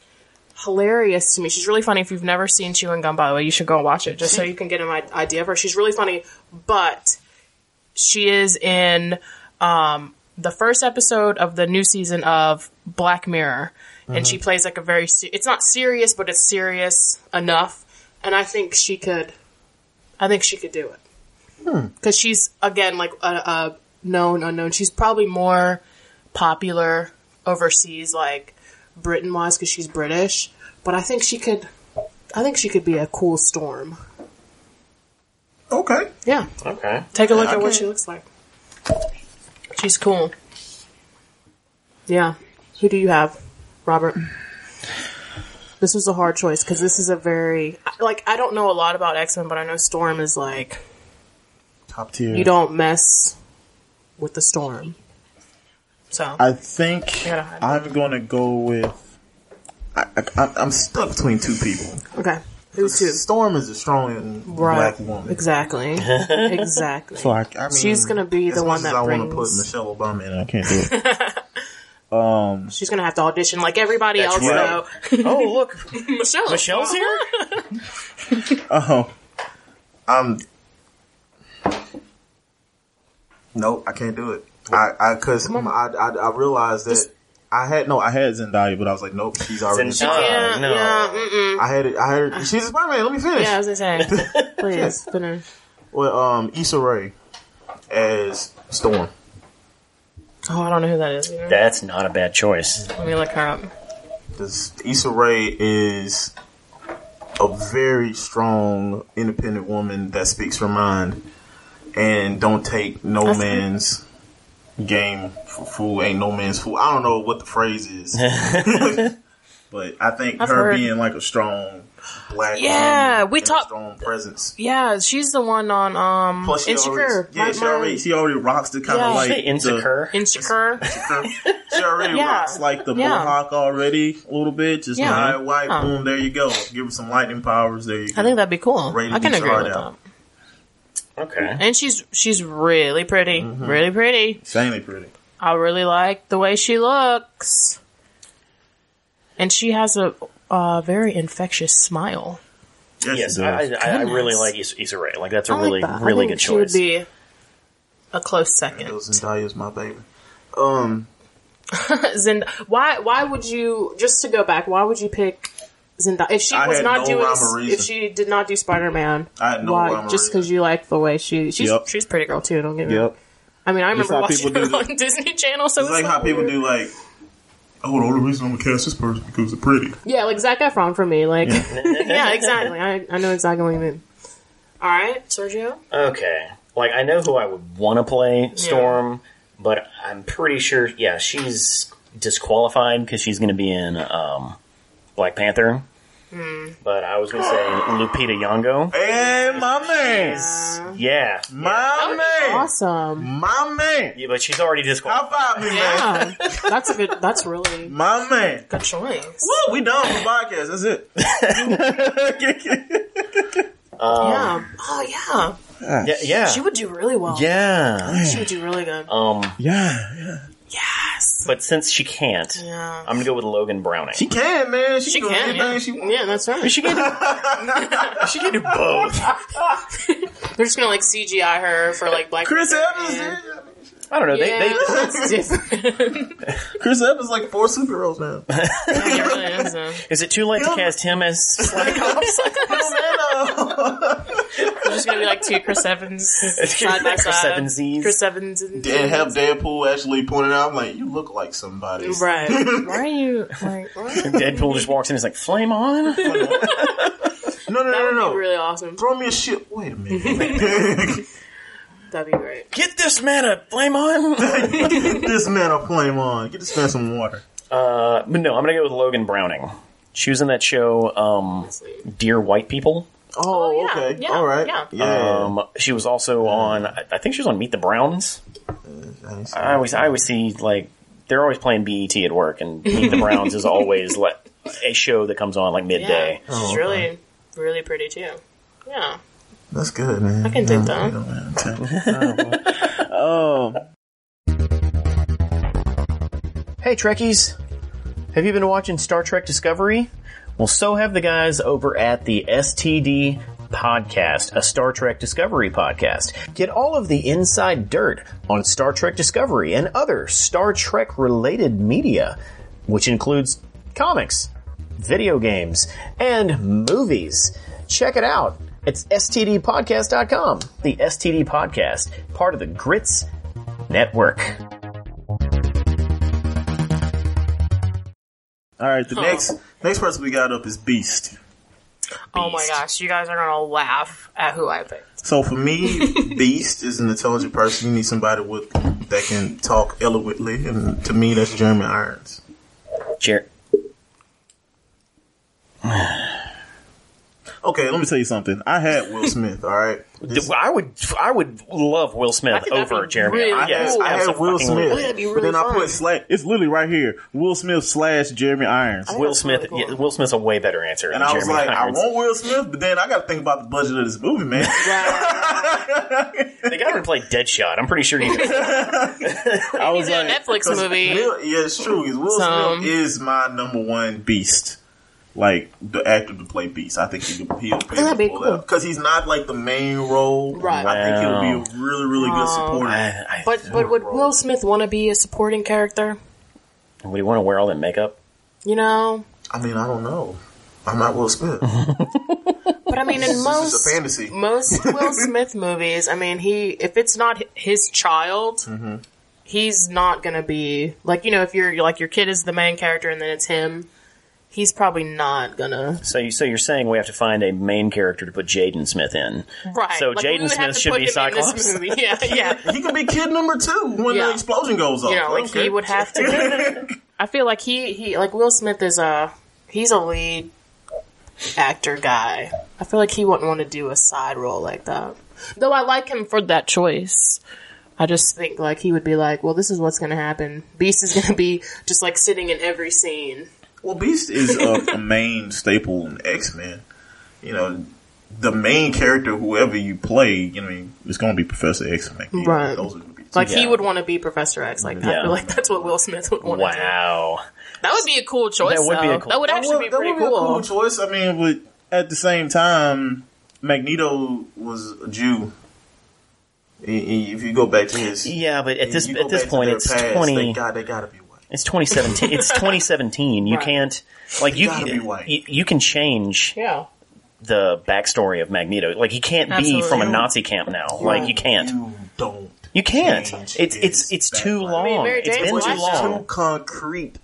S3: hilarious to me. She's really funny. If you've never seen Chewing Gum by the way, you should go and watch it just so you can get an i- idea of her. She's really funny, but she is in um the first episode of the new season of Black Mirror and she plays like a very se- it's not serious but it's serious enough and I think she could I think she could do it because she's again like a, a known unknown. She's probably more popular overseas, like Britain wise, because she's British. But I think she could. I think she could be a cool storm.
S2: Okay.
S3: Yeah,
S1: Okay.
S3: take a look at what
S2: okay.
S3: she looks like. She's cool. Yeah. Who do you have, Robert? This was a hard choice because this is a very like I don't know a lot about X Men, but I know Storm is like
S2: Top tier.
S3: you don't mess with the storm. So
S2: I think
S3: gotta hide
S2: I'm gonna go with. I, I, I'm stuck between two people.
S3: okay, who's who?
S2: Storm is a strong
S3: Right,
S2: black woman.
S3: exactly, exactly.
S2: So I, I mean,
S3: She's gonna be
S2: as
S3: the
S2: much
S3: one
S2: as
S3: that
S2: I
S3: brings.
S2: want to put Michelle Obama in. I can't do Um, it.
S3: She's gonna have to audition like everybody
S1: That's
S3: else.
S1: right.
S3: Though
S1: Oh, look.
S3: Michelle, Uh-huh.
S1: Michelle's here?
S2: Oh, I'm. Nope, I can't do it. I, I, cause I, I, I realized that I had no, I had Zendaya, but I was like, nope, she's already.
S1: Zendaya.
S3: Yeah,
S1: no.
S3: yeah, mm-mm.
S2: I had it. I had it. She's a Spider-Man. Let me finish.
S3: yeah. I was gonna say, please finish.
S2: Well, um, Issa Rae as Storm.
S3: Oh, I don't know who that is. Either.
S1: That's not a bad choice.
S3: Let me look her up.
S2: This Issa Rae is a very strong, independent woman that speaks her mind and don't take no man's game for fool. Ain't no man's fool. I don't know what the phrase is, but I think
S3: I've
S2: her
S3: heard-
S2: being like a strong black
S3: Yeah,
S2: woman
S3: we
S2: and a
S3: talk-
S2: strong presence.
S3: Yeah, she's the one on um
S2: Plus, she
S3: Insecure.
S2: already, yeah,
S3: My-
S2: she
S3: my-
S2: already she already rocks the kind
S3: Yeah.
S2: of like
S1: Say insecure.
S2: the-
S3: Insecure.
S2: she already
S3: Yeah.
S2: rocks like the
S3: Yeah.
S2: mohawk already a little bit. Just
S3: Yeah.
S2: high white,
S3: Yeah.
S2: boom, there you go. Give her some lightning powers. There you go.
S3: I think that'd be cool.
S2: Rated
S3: I can
S2: Beats
S3: agree
S2: Hard
S3: with that.
S2: Out.
S1: Okay.
S3: And she's she's really pretty,
S2: Mm-hmm.
S3: really pretty.
S2: insanely pretty.
S3: I really like the way she looks. And she has a uh, very infectious smile.
S2: Yes,
S1: Yes,
S2: it
S1: I,
S2: does.
S1: I, I really
S3: Goodness.
S1: like Issa, Issa Rae. Like, that's a
S3: I like
S1: really,
S3: that. I
S1: really
S3: think
S1: good choice.
S3: She would be a close
S2: Yo,
S3: second.
S2: Zendaya is my baby. Um,
S3: Zend- why? Why would you? Just to go back, why would you pick Zendaya? If she
S2: I
S3: was
S2: had
S3: not
S2: no
S3: doing,
S2: rhyme or reason.
S3: if she did not do Spider Man,
S2: I had no rhyme
S3: why?
S2: or
S3: Just because you like the way she she's
S2: Yep.
S3: she's a pretty girl too. Don't get me. wrong.
S2: yep.
S3: I mean, I remember
S2: how
S3: watching
S2: people
S3: her
S2: do
S3: on Disney Channel. So
S2: It's like how people do like. Oh, the only reason I'm gonna cast this person is because they're pretty.
S3: Yeah, like Zac Efron for me. Like, yeah, exactly. I, I know exactly what you mean. All right, Sergio.
S1: Okay. Like, I know who I would want to play Storm, but I'm pretty sure, yeah, she's disqualified because she's going to be in um, Black Panther.
S3: Hmm.
S1: But I was going to say Lupita Nyong'o.
S2: Hey, my man,
S3: Uh,
S1: Yeah.
S2: my man,
S3: Awesome.
S2: my man.
S1: yeah. But she's already disqualified.
S2: High five me, man.
S3: Yeah, that's a good. That's really
S2: My man.
S3: good choice.
S2: Woo, we done with the podcast. That's it.
S3: yeah. Oh
S1: Yeah. Yeah.
S3: yeah. She would do really well.
S1: yeah.
S3: She would do really good.
S1: Um,
S2: Yeah, yeah.
S3: yes.
S1: but since she can't,
S3: Yeah.
S1: I'm going to go with Logan Browning.
S2: She can, man. She,
S3: She
S2: can do
S3: can.
S2: anything
S3: Yeah.
S2: she wants.
S3: yeah, that's right.
S1: she can do, she can do both.
S3: They're just gonna like CGI her for like Black.
S2: Chris
S3: Panther
S2: Evans.
S3: and-
S2: yeah.
S1: I don't know. They,
S3: Yeah.
S1: they, it's,
S2: Chris Evans is like four superheroes now.
S3: It really isn't.
S1: Is it too late to
S2: He'll-
S1: cast him as Slack Ops?
S3: It's just gonna be like two Chris Evans side by
S1: Chris
S3: side.
S1: Evans Z's.
S3: Chris Evans and
S2: and have Deadpool actually pointed out, I'm like, you look like somebody.
S3: right.
S1: Why are you like? Deadpool just walks in. and is like, flame on.
S2: No, no,
S3: That
S2: no,
S3: would
S2: no,
S3: be
S2: no.
S3: really awesome.
S2: Throw me a shit. Wait a minute.
S3: That'd be great.
S1: Get this man a flame on.
S2: Get this man a flame on. Get this man some water.
S1: Uh, but no, I'm gonna go with Logan Browning. She was in that show, um, Dear White People.
S2: Oh,
S3: yeah,
S2: okay.
S3: yeah,
S2: All right.
S3: yeah.
S1: Um, she was also on. I I think she was on Meet the Browns.
S2: Nice.
S1: I always, I always see like they're always playing BET at work, and Meet the Browns is always like a show that comes on like
S3: Yeah,
S1: midday.
S3: she's really, really pretty too. Yeah,
S2: That's good, man. I
S3: can dig that.
S1: Oh. Hey Trekkies, have you been watching Star Trek Discovery? Well, so have the guys over at the STD podcast, a Star Trek Discovery podcast. Get all of the inside dirt on Star Trek Discovery and other Star Trek related media, which includes comics, video games, and movies. Check it out. It's stdpodcast.com. The STD podcast, part of the Grits Network.
S2: All right. The next next person we got up is Beast.
S3: Oh my gosh, you guys are gonna laugh at who I picked.
S2: So for me, Beast is an intelligent person. You need somebody with that can talk eloquently, and to me, that's Jeremy Irons.
S1: Jer-
S2: Okay, let me tell you something. I had Will Smith. All right, This-
S1: I would, I would love Will Smith
S3: think that'd
S1: over
S3: be
S1: Jeremy.
S3: really
S2: I
S1: Irons.
S2: had,
S1: yes,
S2: I had Will
S1: absolutely.
S2: Smith,
S3: that'd be
S2: but
S3: really
S2: then I
S3: fun.
S2: put slash. It's literally right here. Will Smith slash Jeremy Irons.
S1: Will Smith,
S3: That's really cool.
S1: yeah, Will Smith's a way better answer.
S2: And
S1: than
S2: I was
S1: Jeremy
S2: like,
S1: Irons.
S2: I want Will Smith, but then I got to think about the budget of this movie, man.
S1: they got him to play Deadshot. I'm pretty sure he.
S2: I was
S3: He's in a Netflix
S2: 'cause
S3: movie.
S2: Will- yeah, it's true. 'cause Will
S3: So-
S2: Smith is my number one beast. Like the actor to play Beast, I think he could, he'll
S3: that'd be cool.
S2: because he's not like the main role.
S3: Right.
S2: I think he'll
S1: Wow.
S2: be a really, really good supporter.
S1: I,
S3: But but would Will Smith want to be a supporting character?
S1: would he want to wear all that makeup?
S3: You know,
S2: I mean, I don't know. I'm not Will Smith.
S3: Uh-huh. but I mean, in
S2: this
S3: most
S2: is a fantasy.
S3: most Will Smith movies, I mean, he if it's not his child, he's not gonna be like you know if you're like your kid is the main character and then it's him, he's probably not gonna
S1: So, you, so you're saying we have to find a main character to put Jaden Smith in?
S3: right.
S1: So
S3: like, we
S1: Jaden
S3: would
S1: Smith
S3: have to
S1: should
S3: put
S1: be
S3: him in this
S1: Cyclops.
S3: movie. Yeah, yeah.
S2: he could be kid number two when
S3: Yeah.
S2: the explosion goes off.
S3: You
S2: I
S3: know,
S2: don't
S3: like he
S2: care.
S3: would have to. I feel like he he like Will Smith is a he's a lead actor guy. I feel like he wouldn't want to do a side role like that. Though I like him for that choice. I just think like he would be like, well, this is what's going to happen. Beast is going to be just like sitting in every scene.
S2: Well, Beast is a, a main staple in X Men. You know, the main character, whoever you play, you know, I mean, it's going to be Professor X and Magneto.
S3: Right.
S2: Those are gonna be two.
S3: Like he
S1: Yeah.
S3: would want to be Professor X. Like I
S1: Yeah.
S3: feel like that's what Will Smith would want. to
S1: Wow.
S3: do. That would be a cool choice.
S1: That would be a
S3: though.
S1: cool-
S3: That would
S1: That
S3: actually be
S2: that
S3: pretty
S2: would be
S3: cool.
S2: a cool choice. I mean, but at the same time, Magneto was a Jew. I- I- If you go back to his,
S1: Yeah, but at this
S2: you go
S1: at this
S2: back to
S1: point,
S2: their
S1: it's
S2: past, They
S1: twenty.
S2: got, they got to be white.
S1: It's 2017. it's 2017. You
S3: Right.
S1: can't like you,
S2: gotta be white.
S1: you you can change
S3: Yeah.
S1: the backstory of Magneto. Like he can't be
S3: Absolutely.
S1: from a Nazi camp now. Like you can't.
S2: You don't.
S1: You can't.
S2: change
S1: It's it's
S2: his
S1: it's too
S2: background.
S1: long.
S3: mean, Mary
S1: it's
S3: Jane's
S1: been
S2: Which
S1: too
S3: black.
S2: is too
S1: long.
S2: concrete.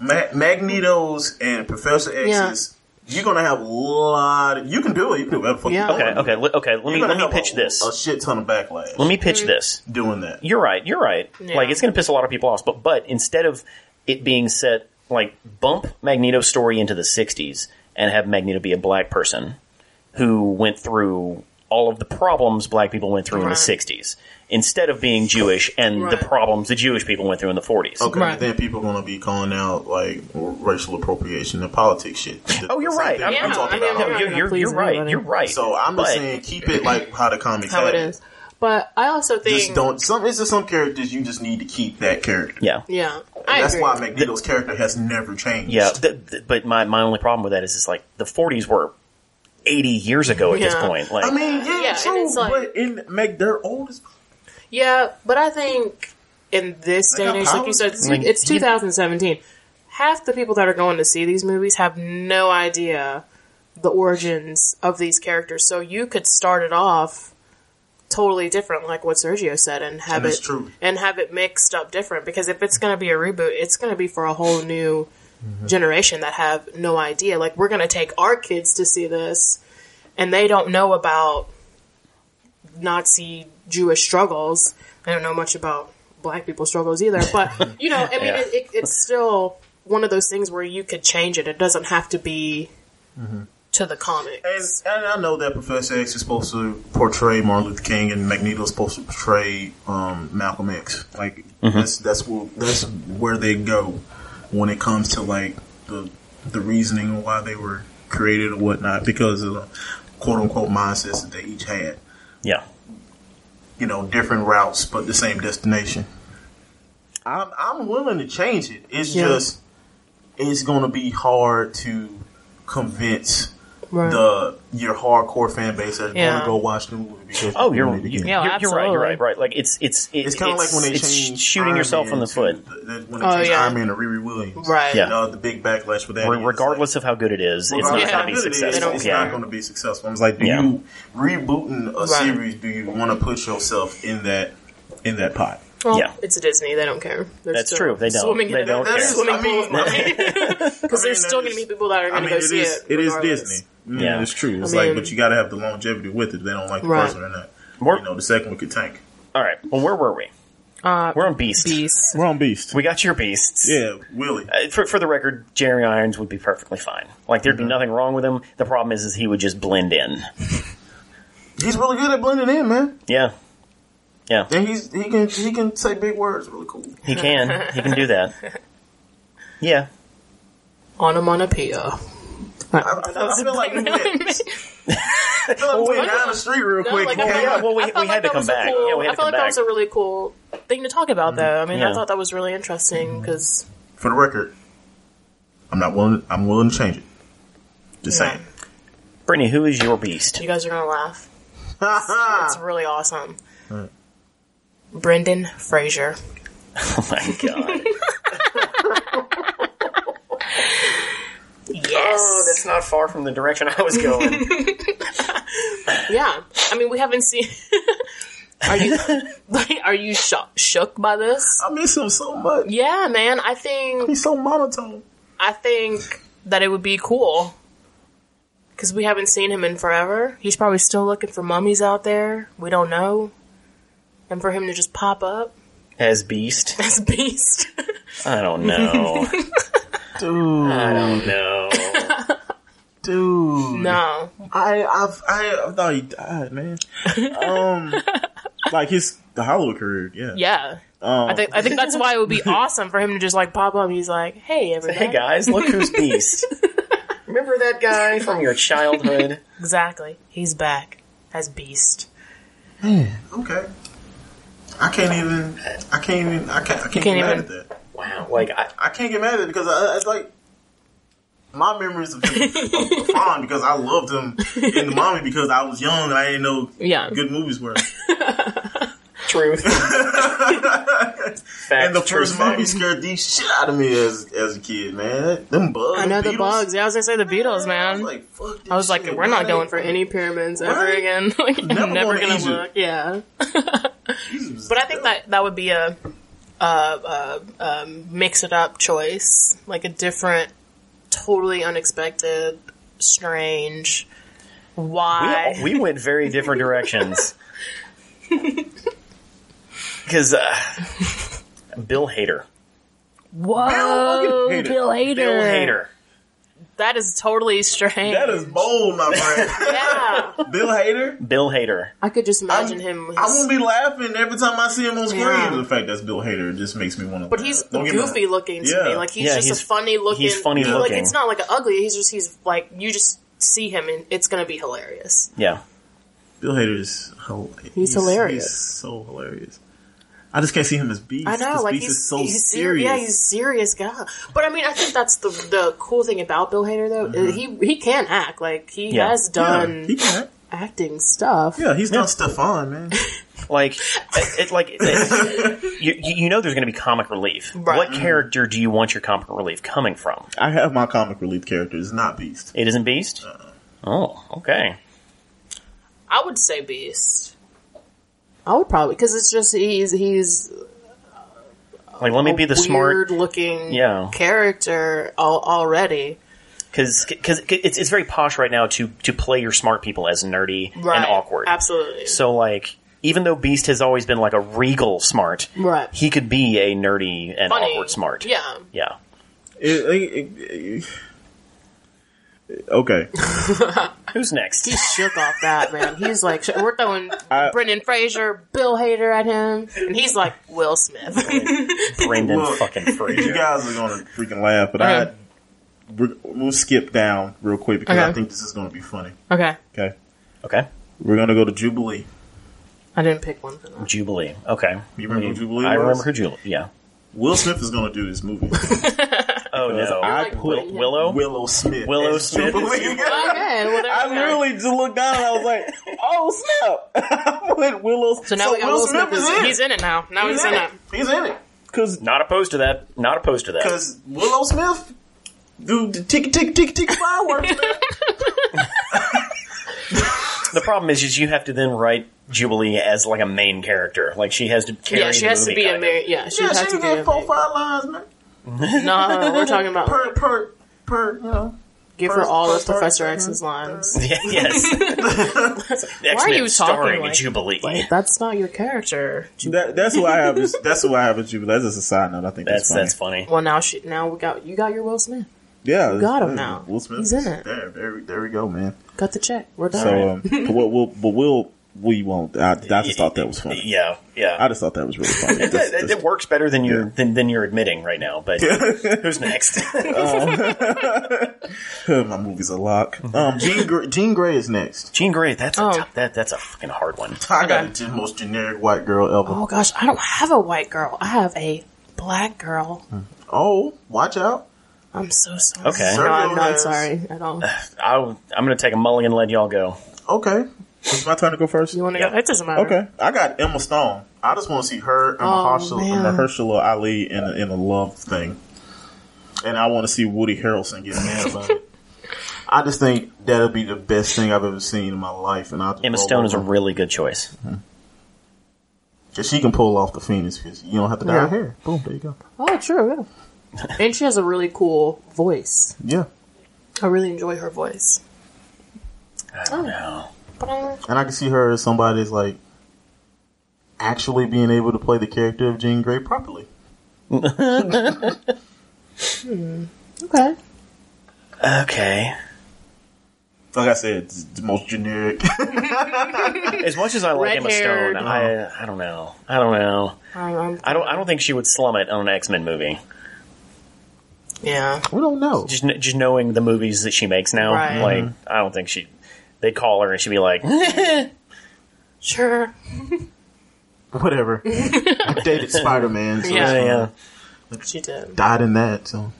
S2: Ma- Magneto's and Professor X's. You're gonna have a lot. Of, you can do it. You can do whatever. the fuck you
S3: Yeah.
S2: want.
S1: Okay, okay, le- okay. Let
S2: You're
S1: me
S2: gonna
S1: let me
S2: have
S1: pitch
S2: a,
S1: this.
S2: A shit ton of backlash.
S1: Let me pitch
S3: Mm-hmm.
S1: this.
S2: doing that.
S1: You're right. You're right. Like it's going to piss a lot of people off. But but instead of it being set like bump Magneto's story into the '60s and have Magneto be a black person who went through all of the problems black people went through in the
S3: Right.
S1: '60s instead of being Jewish and
S3: Right.
S1: the problems the Jewish people went through in the '40s.
S2: Okay,
S3: Right.
S2: then people are gonna be calling out like racial appropriation and politics shit.
S1: Oh, you're
S2: Same
S1: right.
S2: thing
S1: I'm-
S2: I'm,
S1: Yeah,
S2: talking
S3: I mean,
S2: about.
S1: No, you're, you're,
S3: Please,
S1: you're right.
S3: everybody.
S1: You're right.
S2: So I'm
S1: But-
S2: just saying, keep it like how the comics
S3: How
S2: have
S3: it is. But I also think
S2: Just don't. Some it's just some characters you just need to keep that character.
S1: Yeah.
S3: Yeah, I
S2: That's
S3: agree.
S2: why Magneto's character has never changed.
S1: Yeah, th- th- but my, my only problem with that is it's like the 40s were 80 years ago at this
S3: Yeah.
S1: point. Like
S2: I mean, yeah,
S3: Yeah, and
S2: true,
S3: it's like-
S2: but in Meg, they're old as
S3: yeah, but I think in this
S2: They
S3: day and
S2: got
S3: age, like you
S2: powers.
S3: said, it's,
S1: I mean,
S3: it's
S1: he-
S3: 2017. Half the people that are going to see these movies have no idea the origins of these characters. So you could start it off totally different, like what Sergio said, and have
S2: And it's
S3: it
S2: true.
S3: and have it mixed up different. Because if it's going to be a reboot, it's going to be for a whole new
S1: Mm-hmm.
S3: generation that have no idea. Like we're going to take our kids to see this, and they don't know about Nazi Jewish struggles. I don't know much about black people's struggles either, but you know, I mean,
S1: Yeah.
S3: it, it, it's still one of those things where you could change it. It doesn't have to be
S1: Mm-hmm.
S3: to the comic.
S2: And, and I know that Professor X is supposed to portray Martin Luther King, and Magneto is supposed to portray um, Malcolm X. Like that's that's where that's where they go when it comes to like the the reasoning of why they were created or whatnot, because of the quote unquote mindsets that they each had.
S1: Yeah.
S2: You know, different routes but the same destination. I'm I'm willing to change it. It's
S3: Yeah.
S2: just it's going to be hard to convince
S3: Right.
S2: the your hardcore fan base that's going
S3: Yeah.
S2: to go watch the movie because
S1: Oh, you're,
S2: you
S1: you
S3: Yeah,
S1: you're, you're right. You're right.
S3: absolutely.
S1: Right. Like it's it's it-
S2: it's kind of like when they
S1: it's
S2: changed
S1: shooting
S2: Iron
S1: yourself
S2: Man
S1: in the
S2: to-
S1: foot,
S2: that- when they
S3: Oh,
S2: changed
S3: yeah.
S2: Iron Man to Riri Williams,
S3: Right.
S1: Yeah.
S2: Uh, the big backlash for that,
S1: Re-
S2: is,
S1: regardless of how good it is.
S2: like,
S1: It's not going
S2: regardless how
S1: to be
S2: good it is,
S1: successful.
S2: it's
S1: yeah.
S2: not going to be successful. I was like, do
S1: Yeah.
S2: you rebooting a
S3: Right.
S2: series? Do you want to put yourself in that in that pot?
S3: Well,
S1: Yeah.
S3: it's Disney. They don't care. They're
S1: That's
S3: still
S1: true, they don't.
S3: Swimming
S1: They
S3: in
S1: don't
S3: that
S1: care.
S3: swimming
S2: I mean-
S3: pool of money. Because
S2: I mean,
S3: there's still
S2: that
S3: going to be
S2: is-
S3: people that are
S2: I
S3: going
S2: mean,
S3: to go
S2: it
S3: see
S2: is
S3: it.
S2: it is
S3: regardless.
S2: Disney. Yeah,
S1: Yeah.
S2: it's true. It's
S3: I
S2: like,
S3: mean-
S2: but you got to have the longevity with it. They don't like the
S3: Right.
S2: first one or not.
S1: We're-
S2: You know, the second one could tank.
S1: All right. Well, where were we?
S3: Uh,
S1: We're on Beast.
S3: Beast.
S2: We're on Beast.
S1: We got your beasts.
S2: Yeah, Mm-hmm. Willie.
S1: Uh, For, for the record, Jerry Irons would be perfectly fine. Like there'd be nothing wrong with him. The problem is, is he would just blend in.
S2: He's really good at blending in, man.
S1: Yeah, yeah,
S2: And he's he can he can say big words really cool.
S1: he can. he can do that. Yeah,
S3: Onomatopoeia.
S2: I, I, I feel like we went, I feel like we went down the street real
S3: No,
S2: quick.
S3: like,
S2: and
S3: I
S1: yeah,
S2: came
S3: felt
S2: out.
S3: like-
S1: well, we-
S3: I felt
S1: we had to
S3: like that
S1: come
S3: was a
S1: back.
S3: cool-
S1: Yeah, we had
S3: I
S1: to
S3: felt
S1: come
S3: like that
S1: back.
S3: was a really cool thing to talk about, though. I mean,
S1: Yeah. Mm-hmm.
S3: I thought that was really interesting because
S2: For the record, I'm not willing. I'm willing to change it. Just
S3: Yeah.
S2: saying.
S1: Brittany, who is your beast?
S3: you guys are gonna laugh. It's
S1: Ah.
S2: Ha
S3: really awesome. Brendan Fraser.
S1: Oh my god!
S3: Yes.
S1: not far from the direction I was going.
S3: yeah. I mean, we haven't seen. are you like? Are you sho- shook by this?
S2: I miss him so much.
S3: Yeah, man. I think
S2: He's so monotone.
S3: I think that it would be cool because we haven't seen him in forever. He's probably still looking for mummies out there. We don't know, and for him to just pop up
S1: As beast,
S3: as Beast,
S1: I don't know.
S2: Dude,
S1: I don't know.
S2: dude.
S3: no,
S2: I, I've, I, I thought he died, man. Um, like his the Hollow career. Yeah.
S3: yeah.
S2: Um,
S3: I think I think that's why it would be awesome for him to just like pop up. He's like, "Hey, everybody!"
S1: Hey guys, look who's beast. Remember that guy from your childhood?
S3: Exactly. He's back as Beast.
S2: Okay. I can't even. I can't even. I can't. I can't,
S3: can't
S2: get mad
S3: even-
S2: at that.
S1: Wow, like I,
S2: I can't get mad at it because I, it's like my memories of him are fond because I loved him in the mommy because I was young and I didn't know
S3: Yeah.
S2: good movies were.
S1: truth. Fact,
S2: And the
S1: truth,
S2: first mommy
S1: fact.
S2: scared the shit out of me as as a kid, man. Them bugs.
S3: I know the
S2: Beatles.
S3: bugs. Yeah, I was gonna say the Beatles,
S2: I was
S3: man.
S2: like, fuck this
S3: I was like,
S2: shit.
S3: we're not
S2: Why
S3: going for any pyramids ever
S2: Right?
S3: again. Like, I'm
S2: Never
S3: never,
S2: going to
S3: gonna
S2: Egypt.
S3: look. Yeah.
S2: Jesus
S3: But I think that that would be a, a, a, a mix it up choice, like a different, totally unexpected, strange. Why?
S1: We, we went very different directions. Because uh, Bill Hader.
S3: Whoa,
S2: Bill Hader.
S3: Bill Hader.
S1: Bill Hader.
S3: That is totally strange.
S2: that is bold, my friend.
S3: Yeah,
S2: Bill Hader.
S1: Bill Hader.
S3: I could just imagine him.
S2: I'm
S3: he's-
S2: gonna be laughing every time I see him on screen.
S3: Yeah.
S2: The fact that's Bill Hader just makes me want to.
S3: But he's goofy looking to
S2: Yeah.
S3: me. Like he's
S1: Yeah,
S3: just
S1: he's-
S3: a funny looking.
S1: he's funny
S3: Like
S1: looking.
S3: it's not like an ugly. He's just he's like you just see him and it's gonna be hilarious.
S1: Yeah.
S2: Bill Hader is hilarious.
S3: He's hilarious.
S2: He's so hilarious. I just can't see him as Beast.
S3: I know,
S2: 'cause
S3: like
S2: Beast
S3: he's
S2: is so
S3: he's
S2: serious.
S3: Yeah, he's a serious guy. But I mean, I think that's the the cool thing about Bill Hader though. is He he can act. Like he
S1: Mm-hmm. Yeah.
S3: has
S2: Yeah,
S3: done
S2: he can.
S3: acting stuff.
S2: Yeah, he's not Stefan, man.
S1: Like, it, it- like it- you, you know, there's going to be comic relief.
S3: Right.
S1: What character do you want your comic relief coming from?
S2: I have my comic relief character. It's not Beast.
S1: It isn't Beast. Oh, okay.
S3: I would say Beast. I would probably because it's just he's he's
S1: Like, let me be the smart
S3: weird looking
S1: Yeah.
S3: character al- already.
S1: because because it's it's very posh right now to to play your smart people as nerdy
S3: Right.
S1: and awkward.
S3: Absolutely.
S1: So like, even though Beast has always been like a regal smart,
S3: Right.
S1: he could be a nerdy and
S3: Funny.
S1: awkward smart.
S3: Yeah.
S1: yeah.
S2: It- it- it- it- okay.
S1: Who's next?
S3: He shook off that man. He's like, "Sh- we're throwing
S2: I-
S3: Brendan Fraser, Bill Hader at him, and he's like Will Smith.
S1: Brendan
S2: Look.
S1: fucking
S2: You
S1: Fraser.
S2: guys are gonna freaking laugh, but I
S3: Okay.
S2: we're, we'll skip down real quick because I
S3: Okay.
S2: think this is gonna be funny.
S3: okay,
S2: Okay,
S1: Okay.
S2: we're gonna go to Jubilee.
S3: I didn't pick one for that.
S1: Jubilee. Okay.
S2: You remember who Jubilee?
S1: Mm-hmm. I
S2: was?
S1: remember her Jubilee. Yeah.
S2: Will Smith is gonna do this movie.
S1: Oh
S2: Because
S1: no.
S2: I
S3: Like,
S2: put
S3: Will-
S1: Willow.
S2: Willow Smith.
S1: Willow
S2: as
S1: Smith.
S2: Jubilee.
S3: Okay, well, there
S2: I
S3: we go.
S2: literally just looked down and I was like, "Oh snap!" I put Willow.
S3: So now we got Will Smith. is- He's
S2: in.
S3: in it now. Now he's, in it.
S2: He's in it because
S1: Not opposed to that. Not opposed to that.
S2: because Willow Smith do the tick tick tick tick fireworks. man.
S1: The problem is, is you have to then write Jubilee as like a main character. Like she has to carry.
S3: Yeah, she
S1: the
S3: has to
S1: movie,
S3: be a
S1: kind
S3: Mary. Yeah, she
S2: yeah,
S3: has
S2: she
S3: to be a
S2: did four
S3: Mary.
S2: five lines, man.
S3: No, we're talking about
S2: Per per per. You know.
S3: give her
S2: first-
S3: all of
S2: first- first-
S3: Professor X's lines.
S1: of. Yeah, yes. Why
S3: are you talking
S1: starring
S3: like-
S1: Jubilee?
S3: That's not your character.
S2: That, that's why I have. this- That's why I have a Jubilee. That's just a side note. I think
S1: that's
S2: that's
S1: that's funny.
S3: Well, now she now we got you got your Will Smith.
S2: Yeah,
S3: got him
S2: yeah,
S3: now.
S2: Will Smith.
S3: He's in it.
S2: There, there, there we go, man.
S3: Got the check. We're done.
S2: So, um, but we'll, we'll, but we'll, we won't. I, I just thought that was funny.
S1: Yeah, yeah.
S2: I just thought that was really funny.
S1: It-
S2: That's-
S1: it,
S2: that's-
S1: it works better than you're
S2: Yeah.
S1: than, than you're admitting right now. But who's next? Oh,
S2: my movie's a lock. Um, Jean, Gr- Jean Grey is next.
S1: Jean Grey. That's a
S3: Oh.
S1: tough, that that's a fucking hard one.
S2: I got the most generic white girl ever.
S3: oh gosh, I don't have a white girl. I have a black girl.
S2: Oh, watch out!
S3: I'm so sorry.
S1: Okay.
S3: No, I'm
S2: Circle
S3: not sorry at all.
S1: I'll, I'm going to take a mulligan. and Let y'all go.
S2: Okay, it's my turn to go first.
S3: You want to
S1: Yeah.
S3: go? It doesn't matter.
S2: Okay, I got Emma Stone. I just want to see her and
S3: Oh,
S2: Mahershala,
S3: man.
S2: and Mahershala Ali in a, in a love thing, and I want to see Woody Harrelson get mad about it. I just think that'll be the best thing I've ever seen in my life, and I just
S1: Emma
S2: roll
S1: Stone is a
S2: over.
S1: really good choice.
S2: 'Cause she can pull off the Phoenix because you don't have to dye
S3: Yeah.
S2: her hair. Boom, there you go.
S3: Oh, true. Yeah. and she has a really cool voice.
S2: Yeah,
S3: I really enjoy her voice.
S1: I don't
S3: Oh.
S1: know.
S3: Ba-dum.
S2: and I can see her as somebody that's like actually being able to play the character of Jean Grey properly.
S3: Okay.
S1: Okay.
S2: Like I said, it's the most generic.
S1: As much as I like Emma
S3: Red-haired.
S1: Stone, I I don't know. I don't know.
S3: Um, um,
S1: I don't I don't think she would slum it on an X Men movie.
S3: yeah.
S2: we don't know.
S1: Just kn- just knowing the movies that she makes now,
S3: Right.
S1: like I don't think she. They would call her and she'd be like,
S3: Sure.
S2: Whatever. I dated Spider Man, so
S3: Yeah.
S2: it's fine.
S1: yeah.
S3: She did.
S2: died in that. So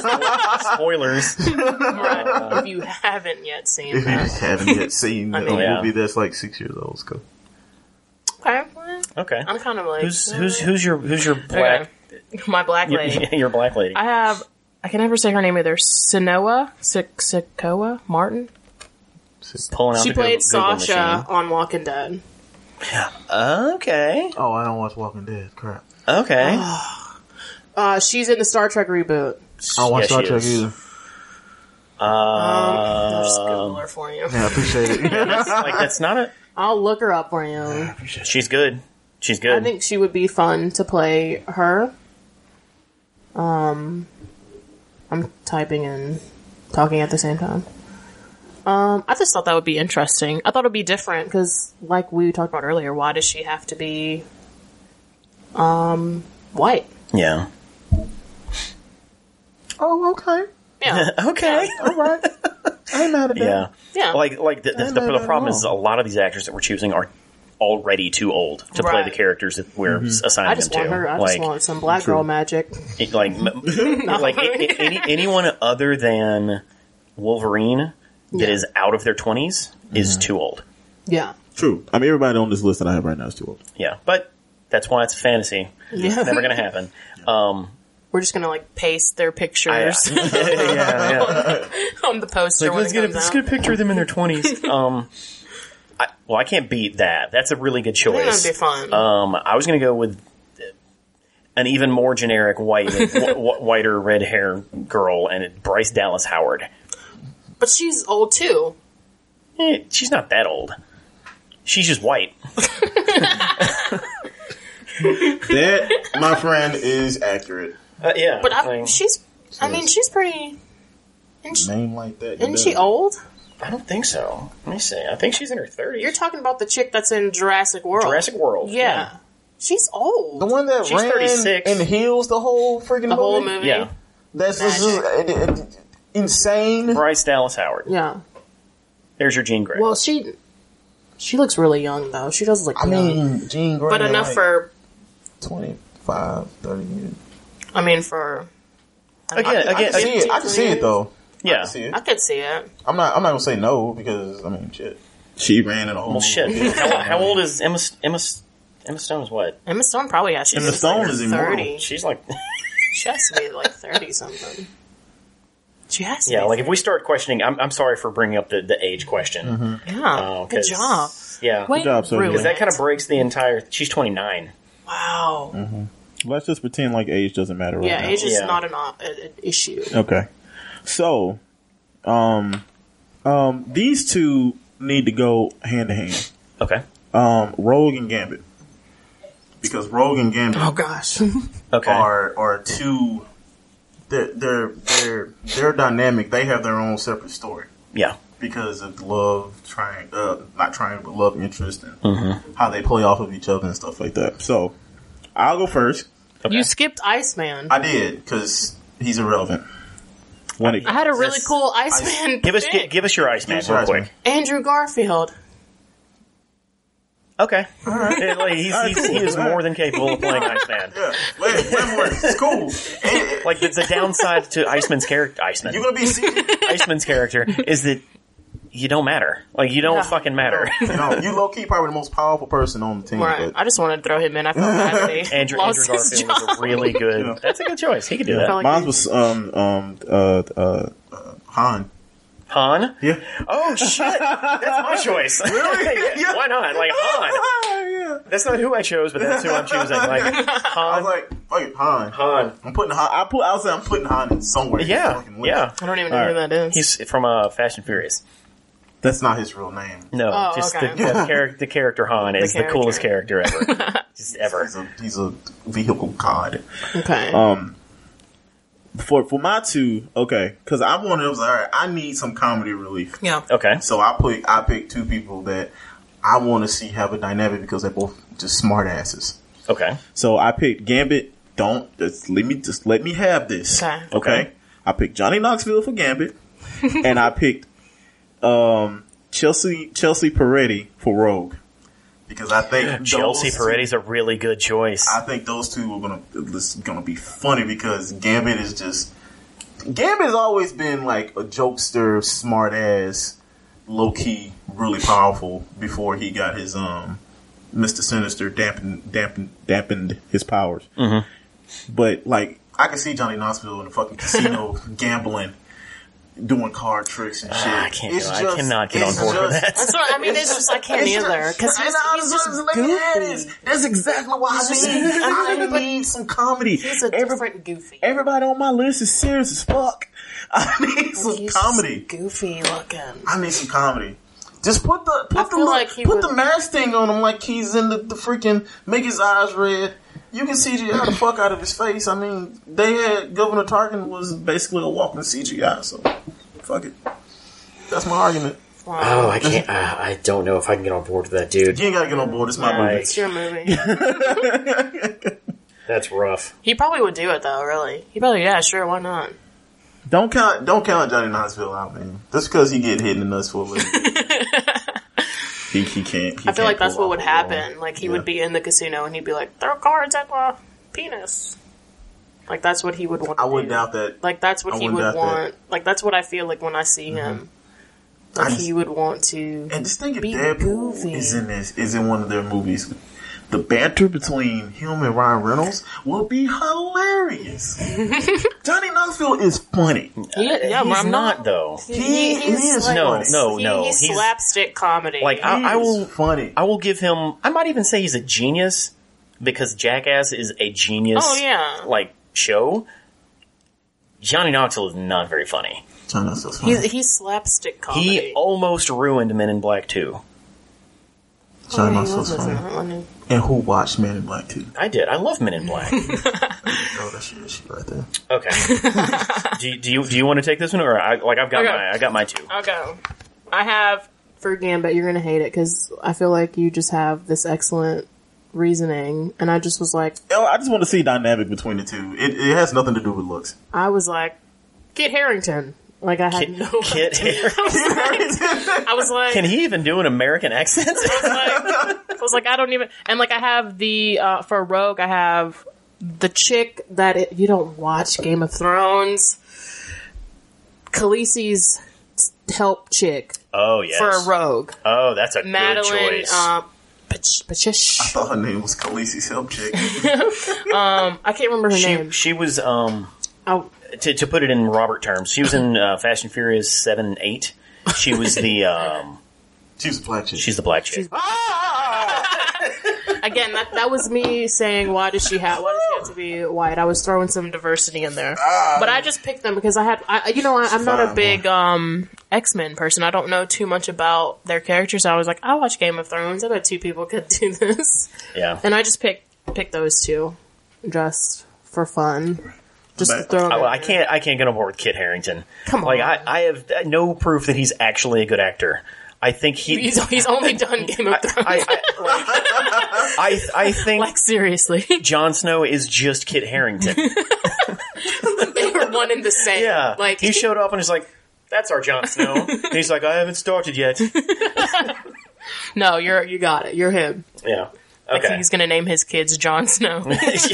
S1: spoilers.
S3: Right. if you haven't yet seen
S2: if you
S3: that.
S2: haven't yet seen
S3: I
S2: a
S3: mean-
S1: Yeah.
S2: movie that's like six years old, let's go.
S3: Okay.
S1: Okay.
S3: I'm kind of like.
S1: Who's who's who's your who's your black
S3: Okay. My black
S1: your,
S3: lady.
S1: your black lady?
S3: I have. I can never say her name either. Sinoa Sikoa Martin.
S1: Pulling out
S3: She
S1: the Google-
S3: played
S1: Google
S3: Sasha on Walking Dead.
S1: machine. Okay.
S2: Oh, I don't watch Walking Dead. Crap.
S1: Okay.
S3: Oh. Uh, she's in the Star Trek reboot.
S2: I don't watch
S1: Yeah,
S2: Star
S1: she
S2: Trek
S1: is.
S2: either.
S3: Um, I'll just Google her for you.
S2: Yeah, I appreciate it.
S1: like that's not it.
S3: I'll look her up for you.
S1: She's good. She's good.
S3: I think she would be fun to play her. Um, I'm typing and talking at the same time. Um, I just thought that would be interesting. I thought it'd be different because, like we talked about earlier, why does she have to be, um, white?
S1: yeah.
S2: oh, okay.
S3: Yeah,
S1: Okay.
S2: All right. I ain't mad at that.
S1: Yeah.
S3: yeah.
S1: Like like the, the, the,
S2: not
S1: the
S2: at
S1: problem
S2: all.
S1: is a lot of these actors that we're choosing are already too old to play
S3: Right.
S1: the characters that we're assigning
S3: Mm-hmm. I just
S1: them
S3: want
S1: to.
S3: her. I
S1: like
S3: just want some black girl magic.
S1: it- like m- like a- a- any, anyone other
S3: Mm-hmm.
S1: than Wolverine that is out of their 20s is too old.
S3: Yeah,
S2: True. I mean, everybody on this list that I have right now is too old.
S1: Yeah, but that's why it's a fantasy.
S3: Yeah.
S1: Never gonna happen. Um,
S3: We're just gonna like paste their pictures
S1: yeah, yeah.
S3: on the poster
S4: uh, Like,
S3: when
S4: let's
S3: it
S4: get, a,
S3: comes
S4: let's
S3: out.
S4: get a picture of them in their 20s.
S1: Um, I, well, I can't beat that. That's a really good
S3: I think
S1: choice.
S3: that'd be fun.
S4: Uh,
S1: Um, I was gonna go with an even more generic white, wh- wh- whiter red hair girl, and it, Bryce Dallas Howard.
S3: but she's old too.
S1: Eh, she's not that old. She's just white.
S2: That, my friend, is accurate.
S1: Uh, yeah,
S3: But I,
S1: mean,
S3: she's. I mean, she's pretty. Isn't she,
S2: Name like that.
S3: isn't she old?
S1: I don't think so. Let me see. I think she's in her
S3: You're
S1: 30s.
S3: talking about the chick that's in Jurassic World.
S1: Jurassic World.
S3: Yeah. She's old.
S2: The one that
S1: She's
S2: ran
S1: 36.
S2: and heals the whole freaking
S3: The
S2: movie?
S3: whole movie.
S1: Yeah.
S2: That's just it- it- it- insane.
S1: Bryce Dallas Howard.
S3: Yeah.
S1: There's your Jean Grey.
S3: Well, she. She looks really young though. She does look.
S2: I mean, Gene Grey.
S3: but enough
S2: like
S3: for.
S2: 25, 30 years.
S3: I mean, for.
S1: again,
S2: I
S1: again,
S2: can see it. I can see it though. I
S1: yeah.
S2: can see it.
S3: I could see it.
S2: I'm not. I'm not gonna say no because I mean, shit. She ran it all.
S1: Well, shit. how, how old is Emma? Emma? Emma Stone is what?
S3: Emma Stone probably has. She's
S2: Emma Stone
S3: like
S2: is immortal.
S3: thirty.
S1: She's like,
S3: She has to be like thirty something. She has to.
S1: yeah.
S3: be
S1: Like if we start questioning, I'm, I'm sorry for bringing up the, the age question.
S3: Yeah.
S1: Oh,
S3: Mm-hmm. good
S1: 'cause-
S3: job.
S1: Yeah,
S3: Way
S2: job,
S3: to
S2: Sophia.
S3: ruin
S1: because that
S3: it.
S1: kind of breaks the entire. She's 29.
S3: wow.
S2: Let's just pretend like age doesn't matter.
S3: Yeah, age is
S1: Yeah.
S3: not an, op- an an issue.
S2: Okay. So, um, um, these two need to go hand to hand.
S1: Okay.
S2: Um, Rogue and Gambit, because Rogue and Gambit
S3: Oh gosh.
S1: Okay.
S2: are are two. They're they're they're they're dynamic. They have their own separate story
S1: yeah.
S2: because of love trying uh not trying but love interest and how they play off of each other and stuff like that. So, I'll go first.
S1: Okay.
S3: You skipped Iceman. I,
S2: I did because he's irrelevant. When it,
S3: had a really
S2: Yes.
S3: cool Iceman.
S1: give us
S3: pick.
S1: give, give us your Iceman
S2: Give us
S1: real
S2: your Iceman.
S1: quick.
S3: Andrew Garfield.
S1: Okay. Yeah, like, he's,
S2: All right,
S1: he's,
S2: cool.
S1: He is
S2: All right.
S1: more than capable of playing Iceman.
S2: Yeah, wait, wait more. It's cool. And- and
S1: Like the, the downside to Iceman's character, Iceman,
S2: you're gonna be CG.
S1: Iceman's character is that you don't matter. Like you don't
S3: Yeah.
S1: fucking matter.
S2: No, you low key probably the most powerful person on the team.
S3: Right. I
S2: But
S3: just want to throw him in. I felt bad that he
S1: Andrew, Andrew
S3: lost his
S1: Garfield
S3: job.
S1: was a really good.
S2: Yeah.
S1: That's a good choice. He could do
S3: Felt
S1: that.
S3: like
S2: mine
S3: he-
S2: was um um uh uh uh, Han.
S1: Han.
S2: Yeah.
S1: Oh shit! That's my choice.
S2: Really?
S1: Why not? Like Han.
S2: yeah.
S1: That's not who I chose, but that's who I'm choosing. Like
S2: I
S1: Han.
S2: was like, fuck it, Han.
S1: Han.
S2: I'm putting Han. I put. I was saying I'm putting Han in somewhere. in the
S1: Yeah.
S2: fucking list.
S1: Yeah.
S3: I don't even know who that is.
S1: He's from uh, Fast and Furious.
S2: That's not his real name.
S1: No,
S3: Oh,
S1: just
S3: okay.
S1: the, the, char- the character Han is the,
S3: character.
S1: coolest character ever. just ever.
S2: He's a, he's a vehicle god.
S3: okay.
S2: Um, for for my two, okay, because I wanted. I was like, all right, I need some comedy relief.
S3: yeah.
S1: Okay.
S2: So I put I picked two people that I want to see have a dynamic because they're both just smart asses.
S1: Okay.
S2: So I picked Gambit. Don't just let me just let me have this.
S3: Okay.
S1: Okay.
S2: I picked Johnny Knoxville for Gambit, and I picked um Chelsea Chelsea Peretti for Rogue because I think
S1: Chelsea
S2: those two-
S1: Peretti's a really good choice.
S2: I think those two are gonna this is gonna be funny because Gambit is just Gambit has always been like a jokester, smart ass, low key, really powerful before he got his um Mister Sinister dampened dampened dampened his powers.
S1: Mm-hmm.
S2: But like I can see Johnny Knoxville in the fucking casino gambling. Doing card tricks and shit.
S1: Ah, I can't
S2: It's
S1: do it. I cannot get on
S2: it's
S1: board with
S2: just-
S1: that.
S3: That's what I mean. It's just I can't either because he's, he's just goofy.
S2: That's exactly why I need. I need some comedy.
S3: He's a
S2: Every-
S3: different goofy.
S2: everybody on my list is serious as fuck. I need some
S3: He's just
S2: comedy.
S3: goofy looking.
S2: I need some comedy. Just put the put the
S3: feel
S2: look-
S3: like he
S2: put
S3: would-
S2: the mask thing on him like he's in the, the freaking make his eyes red. You can CGI the fuck out of his face. I mean, they had Governor Tarkin was basically a walking CGI, so fuck it. That's my argument.
S3: Wow.
S1: Oh, I can't. Uh, I don't know if I can get on board with that, dude.
S2: You ain't gotta get on board. It's Oh, my
S1: Right.
S2: movie.
S3: It's your movie.
S1: That's rough.
S3: he probably would do it though. Really. He probably yeah. Sure. Why not?
S2: Don't count don't count Johnny Knoxville out, man. Just because he get hit in the nuts for a living. he, he can't.
S3: I feel like that's what would happen. Like he would be in the casino and he'd be like, "Throw cards at my penis." Like that's what he would want.
S2: I
S3: to
S2: wouldn't
S3: do.
S2: doubt that.
S3: Like that's what
S2: I
S3: he
S2: wouldn't
S3: would
S2: doubt that.
S3: want. Like that's what I feel like when I see him. Like
S2: I just-
S3: he would want to.
S2: And just think if
S3: Be
S2: Deadpool
S3: goofy.
S2: is in this, is in one of their movies, the banter between him and Ryan Reynolds will be hilarious. Johnny Knoxville is funny.
S3: He- yeah,
S1: He's
S3: I'm
S1: not,
S3: not.
S1: though.
S2: He, is
S3: like-
S1: No,
S2: funny.
S1: no,
S3: he-
S1: no.
S3: He's,
S1: he's-
S3: slapstick comedy.
S1: Like,
S2: He
S1: I, I
S2: is
S1: will,
S2: funny.
S1: I will give him. I might even say he's a genius because Jackass is a genius.
S3: Oh, yeah.
S1: like show. Johnny Knoxville is not very funny.
S2: Johnny Knoxville's funny.
S3: he's, he's slapstick comedy.
S1: He almost ruined Men in Black Two.
S2: Johnny
S3: He
S2: Knoxville's
S3: wasn't
S2: funny.
S3: that one.
S2: And who watched Man in Black too?
S1: I did. I love Men in Black.
S2: Oh, that's your issue right there.
S1: okay. do, you- do you do you want to take this one or I, like I've got
S3: Okay.
S1: my I got my two.
S3: I'll go. I have for Gambit. You're gonna hate it because I feel like you just have this excellent reasoning, and I just was like,
S2: Oh, I just want to see dynamic between the two. It, it has nothing to do with looks.
S3: I was like, get Harrington. Like I had
S1: Kit,
S3: no.
S1: Kit Harington.
S3: I was like,
S1: Can he even do an American accent?
S3: like, I was like, I don't even. And like, I have the uh, for Rogue, I have the chick that it, you don't watch Game of Thrones. Khaleesi's help chick
S1: oh yes.
S3: for a Rogue,
S1: oh, that's a good
S3: Madeline.
S1: choice.
S3: Uh, Pach- Pachish.
S2: Thought Oh, her name was Khaleesi's help chick.
S3: I can't remember her
S1: she
S3: name.
S1: she was um
S3: Oh,
S1: to, to put it in Robert terms, she was in uh, Fast and Furious seven and eight. She was the um,
S2: She was a black chick. Ah!
S1: she's the black chick.
S3: again, that, that was me saying, why does she have? Why does she have to be white? I was throwing some diversity in there,
S1: Ah.
S3: but I just picked them because I had, I, you know, I, I'm not a
S2: Fine,
S3: big um, X Men person. I don't know too much about their characters. I was like, I watch Game of Thrones. I bet two people could do this,
S1: Yeah,
S3: and I just picked picked those two just for fun, just to
S2: But-
S3: throw. Them
S1: I,
S3: in
S1: well, I
S3: there.
S1: can't I can't get on board with Kit Harrington.
S3: Come
S1: like
S3: on.
S1: I, I have uh, no proof that he's actually a good actor. I think he.
S3: He's, he's only done Game of Thrones.
S1: I, I, like, I I think
S3: like seriously,
S1: Jon Snow is just Kit Harrington.
S3: they were one and the same.
S1: Yeah,
S3: like
S1: he showed up and he's like, "That's our Jon Snow." and he's like, "I haven't started yet."
S3: no, you're you got it. You're him.
S1: Yeah. Okay.
S3: He's gonna name his kids Jon Snow.
S1: all right.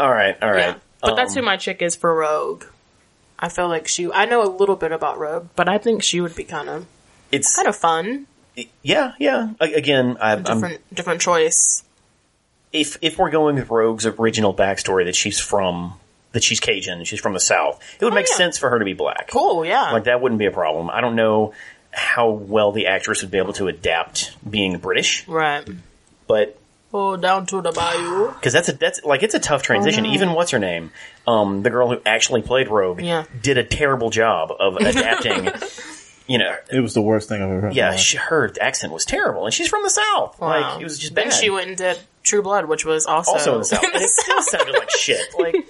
S1: All right.
S3: Yeah. But that's
S1: Um,
S3: who my chick is for Rogue. I feel like she. I know a little bit about Rogue, but I think she would be kind of
S1: It's
S3: kind of fun.
S1: yeah, yeah. A- Again, I, I'm
S3: Different different choice.
S1: if if we're going with Rogue's original backstory that she's from that she's Cajun, she's from the South, it would make
S3: Oh, yeah.
S1: sense for her to be black.
S3: Cool, yeah.
S1: Like that wouldn't be a problem. I don't know how well the actress would be able to adapt being British,
S3: right.
S1: but
S3: Oh, down to the bayou.
S1: because that's a that's like it's a tough transition.
S3: Oh,
S1: Even what's her name, um, the girl who actually played Rogue,
S3: Yeah.
S1: did a terrible job of adapting. you know,
S2: It was the worst thing I've ever heard.
S1: yeah, she, her accent was terrible, and she's from the South. Like it was just bad.
S3: Then she went and did True Blood, which was also
S1: also in the south, and it still sounded like shit. Like,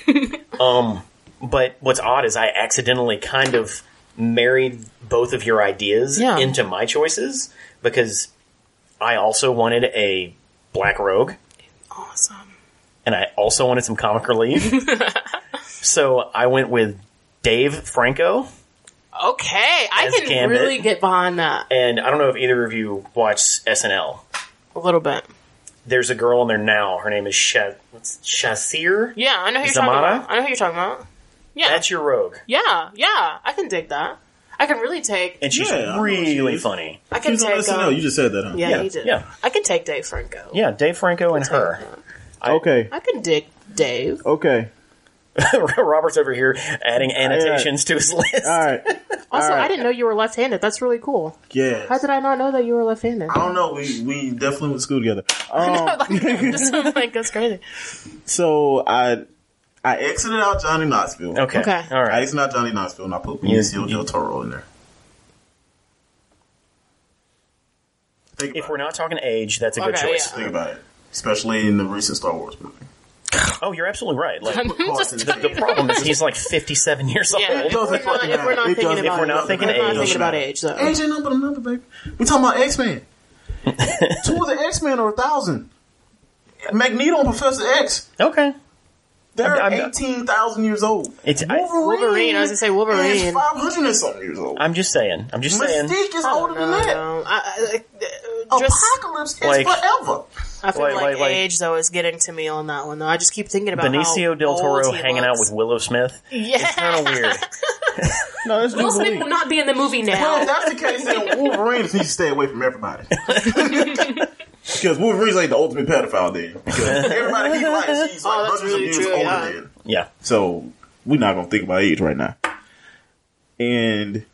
S1: um, but what's odd is I accidentally kind of married both of your ideas
S3: Yeah.
S1: into my choices because I also wanted a black rogue
S3: awesome.
S1: and I also wanted some comic relief. so I went with Dave Franco,
S3: Okay, I
S1: As
S3: can
S1: Gambit.
S3: really get behind that
S1: and I don't know if either of you watch SNL.
S3: a little bit.
S1: There's a girl in there now. Her name is Sha- what's Shasir.
S3: Yeah, I know who you're
S1: Zamata?
S3: talking about. I know who you're talking about. Yeah,
S1: That's your rogue,
S3: yeah, yeah. I can dig that. I can really take.
S1: and she's
S2: Yeah, I know who she
S1: really
S2: is.
S1: funny.
S3: I can
S2: on
S3: take.
S2: SNL.
S3: Um,
S2: you just said that, huh?
S3: yeah,
S1: Yeah,
S3: you did.
S1: yeah.
S3: I can take Dave Franco.
S1: Yeah, Dave Franco and her.
S4: Okay.
S3: I can dig Dave.
S4: Okay.
S1: Robert's over here adding annotations to his list.
S4: All right.
S3: Also,
S4: All right.
S3: I didn't know you were left-handed. That's really cool.
S2: Yeah.
S3: How did I not know that you were left-handed?
S2: I don't know. We we definitely went to school together. Um,
S3: Just like that's crazy.
S4: So I
S2: I exited out Johnny Knoxville.
S1: Okay.
S3: Okay.
S1: All
S2: I
S1: right.
S2: exited out Johnny Knoxville, and I put
S1: Yeah.
S2: Benicio del Toro in there. Think
S1: If
S2: about,
S1: we're not talking age, that's a good
S3: Okay,
S1: choice.
S3: yeah.
S2: think about it, especially in the recent Star Wars movie.
S1: Oh, you're absolutely right. Like
S3: I'm just
S2: Parsons.
S1: the problem is he's like 57 years old.
S3: Yeah.
S2: doesn't
S3: If we're not-
S2: fucking matter.
S3: if we're not
S2: It doesn't-
S3: thinking about
S1: If we're not
S2: it
S1: thinking
S2: doesn't
S1: age.
S3: I'm
S2: matter.
S3: not
S2: It
S3: thinking
S2: doesn't
S3: about
S2: matter.
S3: age though.
S2: Age ain't nothing but a number, baby. We talking about X Men. Two of the X Men are a thousand. Magneto and Professor X.
S1: Okay.
S2: They're
S1: I'm- I'm-
S2: eighteen thousand years old.
S1: It's I,
S3: Wolverine, I was gonna say Wolverine.
S2: Is five hundred and something years old.
S1: I'm just saying. I'm just saying.
S2: Mystique is
S3: Oh,
S2: older
S3: no,
S2: than that.
S3: no. I, I, uh, just,
S2: Apocalypse
S1: like-
S2: is forever.
S3: I feel
S1: like-
S3: like,
S1: like- like-
S3: age though is getting to me on that one though. I just keep thinking about how
S1: Benicio del
S3: old
S1: Toro
S3: he
S1: hanging out
S3: looks.
S1: with Willow Smith.
S3: yeah,
S1: Kind of weird.
S4: No, that's
S3: Will Smith
S4: Jubilee.
S3: will not be in the movie
S2: Well, if
S3: now.
S2: that's the case, then Wolverine needs to stay away from everybody. because Wolverine's like the ultimate pedophile then. Because everybody he likes, he's like
S3: Oh, that's
S2: hundreds
S3: really
S2: of years
S3: true,
S2: older
S3: yeah.
S2: than.
S1: Yeah.
S4: So we're not gonna think about age right now. And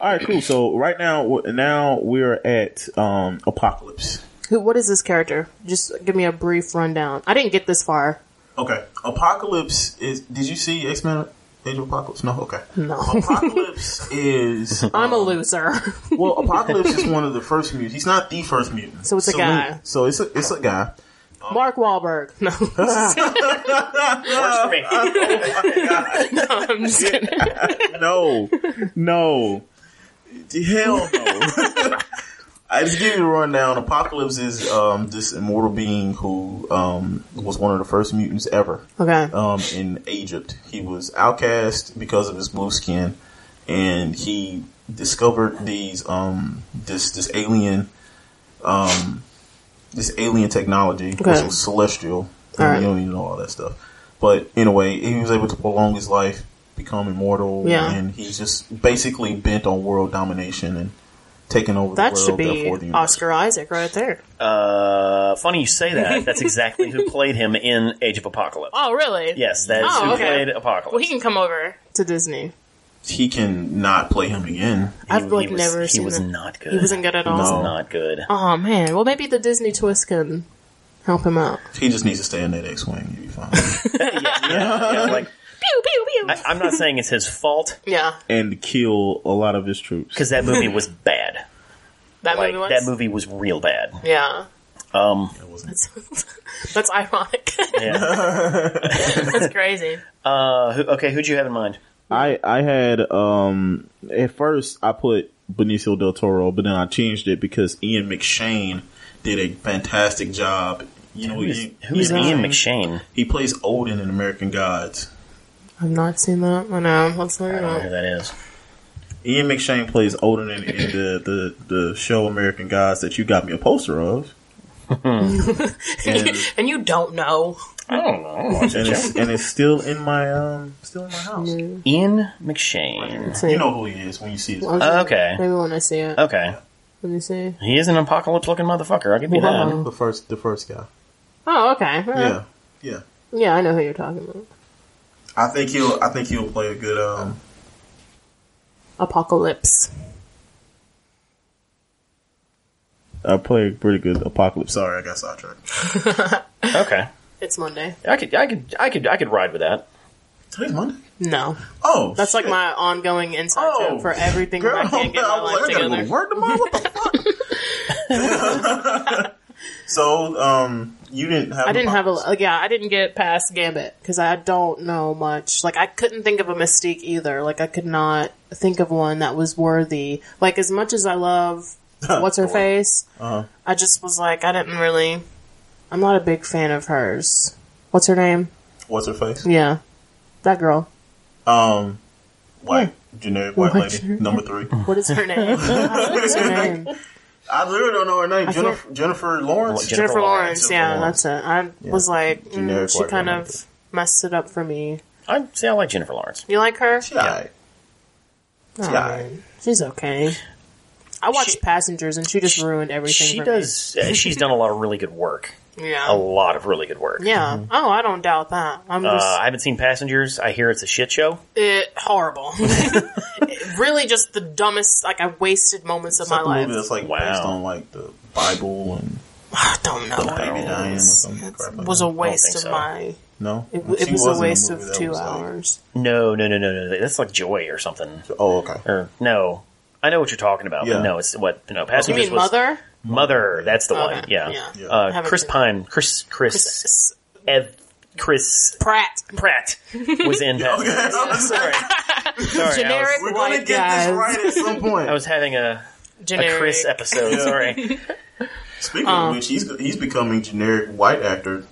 S4: all right, cool. So right now, now we're at um Apocalypse.
S3: Who? What is this character? Just give me a brief rundown. I didn't get this far.
S2: Okay. Apocalypse is. Did you see X Men Age of Apocalypse? No? Okay.
S3: No,
S2: Apocalypse is.
S3: I'm a loser.
S2: Well, Apocalypse is one of the first mutants. He's not the first mutant.
S3: So it's a guy.
S2: So it's a, it's a guy.
S3: Mark Wahlberg. No,
S1: Works for me.
S3: Oh. I'm just kidding.
S4: No, no.
S2: Hell no. I just give you the rundown. Apocalypse is um, this immortal being who um, was one of the first mutants ever
S3: Okay.
S1: Oh,
S2: um, in Egypt. He was outcast because of his blue skin, and he discovered these um, this this alien um, this alien technology, which
S3: Okay.
S2: was celestial.
S3: All
S2: And
S3: right.
S2: You don't even know all that stuff. But anyway, he was able to prolong his life, become immortal,
S3: Yeah.
S2: and he's just basically bent on world domination and taking over
S3: That
S2: the
S3: should
S2: world.
S3: be
S2: therefore the universe.
S3: Oscar Isaac right there.
S1: Uh, funny you say that. That's exactly who played him in Age of Apocalypse.
S3: Oh, really?
S1: Yes, that is
S3: Oh,
S1: who
S3: okay.
S1: played
S3: Well,
S1: Apocalypse.
S3: he can come over to Disney.
S2: He can not play him again.
S1: He-
S3: I've like
S1: he was,
S3: never
S1: He
S3: seen
S1: was
S3: that.
S1: not good.
S3: He wasn't good at all.
S2: No.
S1: Not good.
S3: Oh man. Well, maybe the Disney twist can help him out.
S2: He just needs to stay in that X-wing. He'll be fine.
S1: Yeah, like
S3: Pew pew pew.
S1: I, I'm not saying it's his fault
S3: yeah,
S4: And kill a lot of his troops.
S1: because that movie was bad.
S3: that
S1: Like
S3: movie was.
S1: that movie was real bad.
S3: Yeah.
S1: Um,
S2: That wasn't-
S3: That's ironic.
S1: yeah.
S3: That's crazy.
S1: uh, who, okay, who'd you have in mind?
S4: I I had um at first I put Benicio del Toro, but then I changed it because
S2: Ian McShane did a fantastic job. You know,
S1: Who is,
S2: Ian-
S1: who is Ian
S2: McShane?
S1: McShane?
S2: He plays Odin in American Gods.
S3: I've not seen that. I know. Let's look
S1: I
S3: it
S1: don't know who
S3: up.
S1: that is.
S4: Ian
S2: McShane plays Odin in, in the, the the show American Gods that you got me a poster of,
S3: and you don't know.
S1: I don't know.
S2: and it's, and it's still in my um still in my house.
S1: Ian McShane.
S2: You know who he is when you see his
S1: Okay. Oh.
S3: Maybe when I see it.
S1: Okay.
S3: Let me see.
S1: He is an apocalypse looking motherfucker. I'll give you that.
S3: Wow.
S2: the first the first guy.
S3: Oh, okay.
S2: Yeah,
S3: Yeah.
S2: yeah.
S3: yeah, I know who you're talking about.
S2: I think he'll I think he'll play a good um.
S3: Apocalypse.
S4: I Uh, play pretty good Apocalypse.
S2: Sorry, I got sidetracked.
S1: Okay.
S3: It's Monday.
S1: I could, I could, I could, I could ride with that.
S2: Today's Monday.
S3: No,
S2: Oh,
S3: that's like
S2: shit.
S3: my ongoing insight
S2: Oh,
S3: joke for everything
S2: Girl,
S3: that I
S2: I'm
S3: can't
S2: like,
S3: get my life
S2: I gotta go to
S3: together.
S2: work tomorrow. What the fuck? so, um, you didn't have.
S3: I didn't have a
S2: Apocalypse.
S3: like, yeah. I didn't get past Gambit because I don't know much. Like I couldn't think of a Mystique either. Like I could not think of one that was worthy. Like as much as I love what's her face,
S2: Uh-huh.
S3: I just was like I didn't really. I'm not a big fan of hers. What's her name?
S2: What's her face?
S3: Yeah, that girl.
S2: Um, white generic white
S3: What
S2: lady
S3: generic?
S2: number three.
S3: What is her name? What's her name?
S2: I literally don't know her name.
S3: can't-
S2: Jennifer Jennifer Lawrence.
S1: What,
S3: Jennifer,
S1: Jennifer Lawrence.
S3: Lawrence. Yeah,
S2: Lawrence.
S3: that's it. I was like, mm,
S2: Generic
S3: she
S2: white
S3: kind
S2: woman.
S3: of messed it up for me.
S1: I say I like Jennifer Lawrence.
S3: You like her?
S2: She alright.
S3: Oh,
S2: yeah.
S3: man. She's okay. I watched
S1: She-
S3: Passengers, and she just ruined everything.
S1: She
S3: for
S1: does. uh, she's done a lot of really good work.
S3: Me.
S1: A
S3: Yeah.
S1: lot of really good work.
S3: Yeah.
S2: Mm-hmm.
S3: Oh, I don't doubt that. I'm
S1: Uh,
S3: just
S1: I haven't seen Passengers. I hear it's a shit show.
S3: it, horrible. It really, just the dumbest. Like I wasted moments of
S2: It's like
S3: my
S2: a
S3: life.
S2: movie that's like
S1: Wow.
S2: based on like the Bible and
S3: I don't know. what
S2: Baby
S3: it
S2: Diane or
S3: was.
S2: something. crap
S3: It
S2: like
S3: was
S2: that.
S3: a waste
S1: think
S3: of
S1: so.
S3: my.
S2: no.
S3: It, w- it
S2: She
S3: was a
S2: in the
S3: waste of
S2: movie that
S3: two
S2: was, like-
S3: hours.
S1: No, no, no, no, no. That's like Joy or something.
S2: oh, okay.
S1: Or no, I know what you're talking about.
S2: Yeah.
S1: But no, it's what no.
S3: you
S1: Passengers
S3: mean
S1: was
S3: Mother?
S1: Mother. That's the one.
S3: Okay,
S1: Yeah.
S3: yeah. Yeah.
S1: Uh,
S3: Haven't
S1: Chris
S3: seen it.
S1: Pine. Chris. Chris.
S3: S-
S1: Ev, Chris
S3: Pratt.
S1: Pratt was in Passengers. Sorry. Sorry,
S3: Generic
S1: I was,
S2: We're gonna
S3: white
S2: get
S3: guys.
S2: this right at some point.
S1: I was having a, a
S3: Generic.
S1: Chris episode. Sorry.
S2: Speaking
S3: Um,
S2: of which, he's he's becoming generic white actor.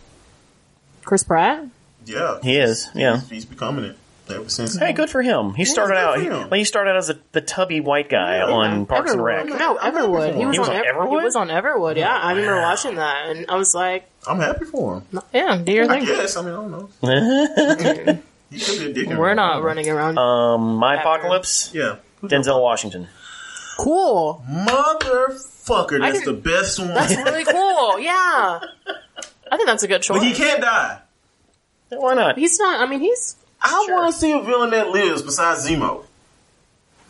S3: Chris Pratt.
S2: Yeah,
S1: He is. Yeah.
S2: he's becoming it ever since.
S1: Hey, good for him. He started
S2: good
S1: out.
S2: for
S1: He,
S2: him.
S1: like, he started out as a, the tubby white guy on Parks and Rec.
S3: No, Everwood. He was,
S1: He was
S3: on,
S1: on
S3: Ever-
S1: Everwood?
S3: He was on Everwood. Yeah, I remember watching that, and I was like,
S2: I'm happy for him.
S3: "Yeah, do your
S2: I
S3: thing."
S2: guess. I mean, I don't know. He could be a dick.
S3: We're not running around.
S1: Um, My
S3: Actor.
S1: Apocalypse,
S2: Yeah.
S1: Denzel Washington.
S3: cool.
S2: Motherfucker,
S3: I
S2: that's the
S3: didn't-
S2: best one.
S3: That's really cool. Yeah. I think that's a good choice.
S2: but he can't die.
S1: Why not?
S3: He's not. I mean, he's.
S2: I
S1: Sure.
S2: want to see a villain that lives besides Zemo.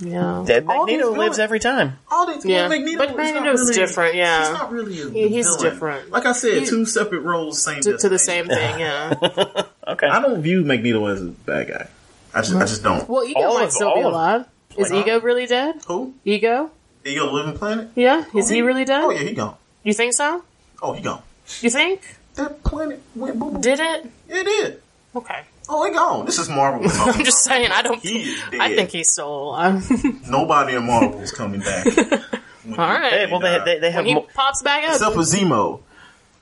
S3: Yeah.
S1: That
S2: All these
S1: Magneto
S2: villains-
S1: lives every time.
S2: All these
S3: Yeah.
S2: Magneto
S3: But
S2: is
S3: Magneto's different, yeah.
S2: he's not really a
S3: He- he's
S2: villain.
S3: different.
S2: Like I said,
S3: He-
S2: two separate roles, same
S3: To, to the
S2: destination.
S3: same thing, yeah.
S1: Okay.
S4: I don't view Magneto as a bad guy.
S2: I just, I just don't.
S3: Well, Ego
S1: All
S3: might
S1: of-
S3: still be
S1: all of-
S3: alive. Is
S2: Why not?
S3: Ego really dead?
S2: Who?
S3: Ego?
S2: Ego Living Planet?
S3: Yeah. Is he really dead?
S2: Oh yeah, he gone.
S3: You think so?
S2: Oh, he gone.
S3: You think?
S2: That planet went boom.
S3: Did it?
S2: It did.
S3: Okay.
S2: Oh, he gone. This is Marvel. we're talking
S3: I'm just
S2: about.
S3: saying. I don't.
S2: He is dead.
S3: I think he's still alive.
S2: nobody in Marvel is coming back. When
S3: All
S2: he-
S3: right.
S1: Hey, well, they, they, they have
S3: when he
S1: mo-
S3: pops back up,
S2: Except for Zemo.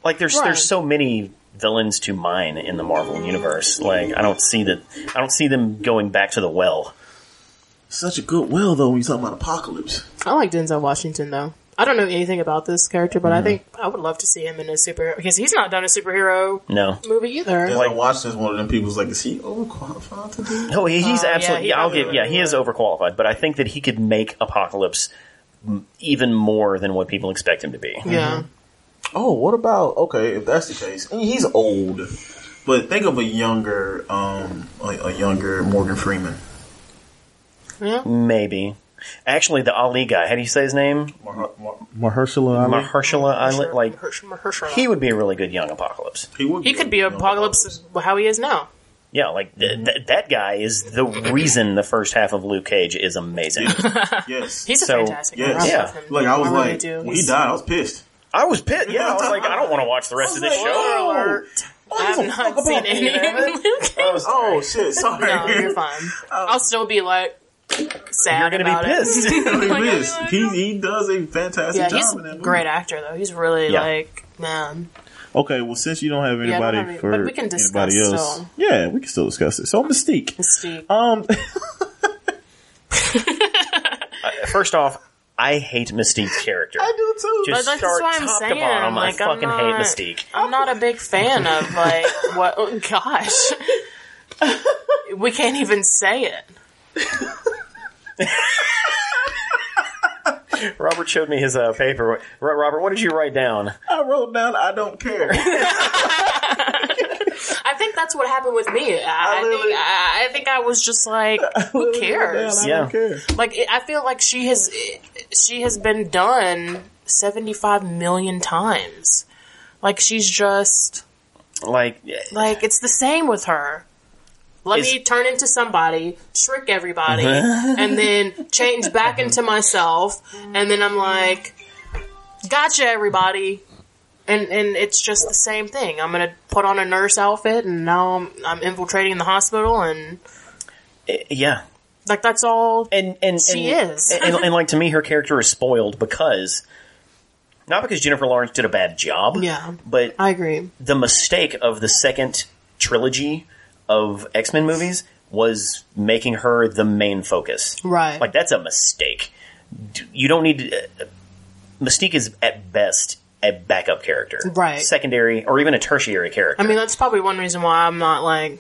S1: like there's
S3: Right.
S1: there's so many villains to mine in the Marvel universe. Like I don't see that I don't see them going back to the well.
S2: Such a good will though when you talk about apocalypse.
S3: I like Denzel Washington though. I don't know anything about this character, but I think I would love to see him in a superhero because he's not done a superhero
S1: No.
S3: movie either.
S2: As I watched this, one of them people was like, "Is he overqualified to do?"
S1: No, he, he's
S3: Oh, yeah,
S1: absolutely.
S3: he
S1: Yeah, I'll
S3: probably
S1: give. Yeah, he is overqualified, but I think that he could make Apocalypse m- even more than what people expect him to be.
S3: yeah.
S2: Oh, what about okay? If that's the case, I mean, he's old, but think of a younger, um, a, a younger Morgan Freeman.
S3: Yeah.
S1: Maybe. Actually, the Ali guy. How do you say his name?
S2: Mar- Mar-
S4: Mahershala Ali.
S1: Mahershala Ali. Like
S3: Mahershala- Mahershala.
S1: he would be a really good young Apocalypse.
S2: would
S3: he could be
S2: a
S3: apocalypse how he is now.
S1: Yeah, like
S3: Mm-hmm.
S1: th- th- that guy is the reason the first half of Luke Cage is amazing.
S2: Yes,
S3: He's a
S1: So,
S3: fantastic.
S2: yes.
S3: actor. I
S1: Yeah.
S2: like I
S3: love him.
S2: was
S3: really
S2: like,
S3: do.
S2: when he
S3: He's-
S2: died, I was pissed.
S1: I was pissed. Yeah, I was like, I don't want to watch the rest of this
S2: I was like,
S1: show.
S2: Whoa.
S3: Spoiler alert. I
S2: give
S3: have
S2: a
S3: not
S2: Oh, fuck
S3: seen
S2: about
S3: any of Luke.
S1: I was-
S2: Oh shit! Sorry.
S3: No, you're fine. I'll still be like sad
S1: You're gonna
S3: about
S1: be
S3: it.
S1: pissed.
S2: I'm
S3: Like, I'll be
S2: pissed.
S3: like,
S2: he he does a fantastic
S3: yeah,
S2: job
S3: he's
S2: in that
S3: a
S2: movie.
S3: great actor though. He's really
S1: Yeah.
S3: like man.
S4: Okay, well, since you don't have
S3: I don't
S4: anybody
S3: have any-
S4: for
S3: but we can discuss
S4: anybody else,
S3: still.
S4: yeah, we can still discuss it. So Mystique.
S1: Uh,
S3: Mystique.
S4: Um,
S1: First off, I hate Mystique's character.
S2: I do too.
S1: Just
S3: But that's
S1: start
S3: what I'm
S1: top to
S3: saying,
S1: bottom.
S3: like,
S1: I
S3: I'm
S1: fucking
S3: not-
S1: hate Mystique.
S3: I'm not a big fan of like what. Oh, gosh, we can't even say it.
S1: Robert showed me his uh, paper. Ro- Robert, what did you write down?
S2: I wrote down, I don't care.
S3: I think that's what happened with me. I, I
S2: literally-
S3: think I, I think I was just like, who cares?
S4: I
S1: Yeah.
S4: don't care.
S3: Like it- I feel like she has she has been done seventy five million times. Like she's just
S1: Like,
S3: like it's the same with her. Let
S1: Is-
S3: me turn into somebody, shrink everybody, and then change back into myself, and then I'm like, "Gotcha, everybody!" And and it's just the same thing. I'm gonna put on a nurse outfit, and now I'm I'm infiltrating the hospital, and
S1: yeah,
S3: like that's all.
S1: and and
S3: eh, She
S1: and,
S3: is.
S1: and, and, like to me, her character is spoiled because not because Jennifer Lawrence did a bad job.
S3: Yeah.
S1: but
S3: I agree.
S1: the mistake of the second trilogy of X Men movies was making her the main focus.
S3: Right.
S1: Like that's a mistake. D- You don't need to, uh, Mystique is at best a backup character,
S3: Right.
S1: Secondary or even a tertiary character.
S3: I mean, that's probably one reason why I'm not like,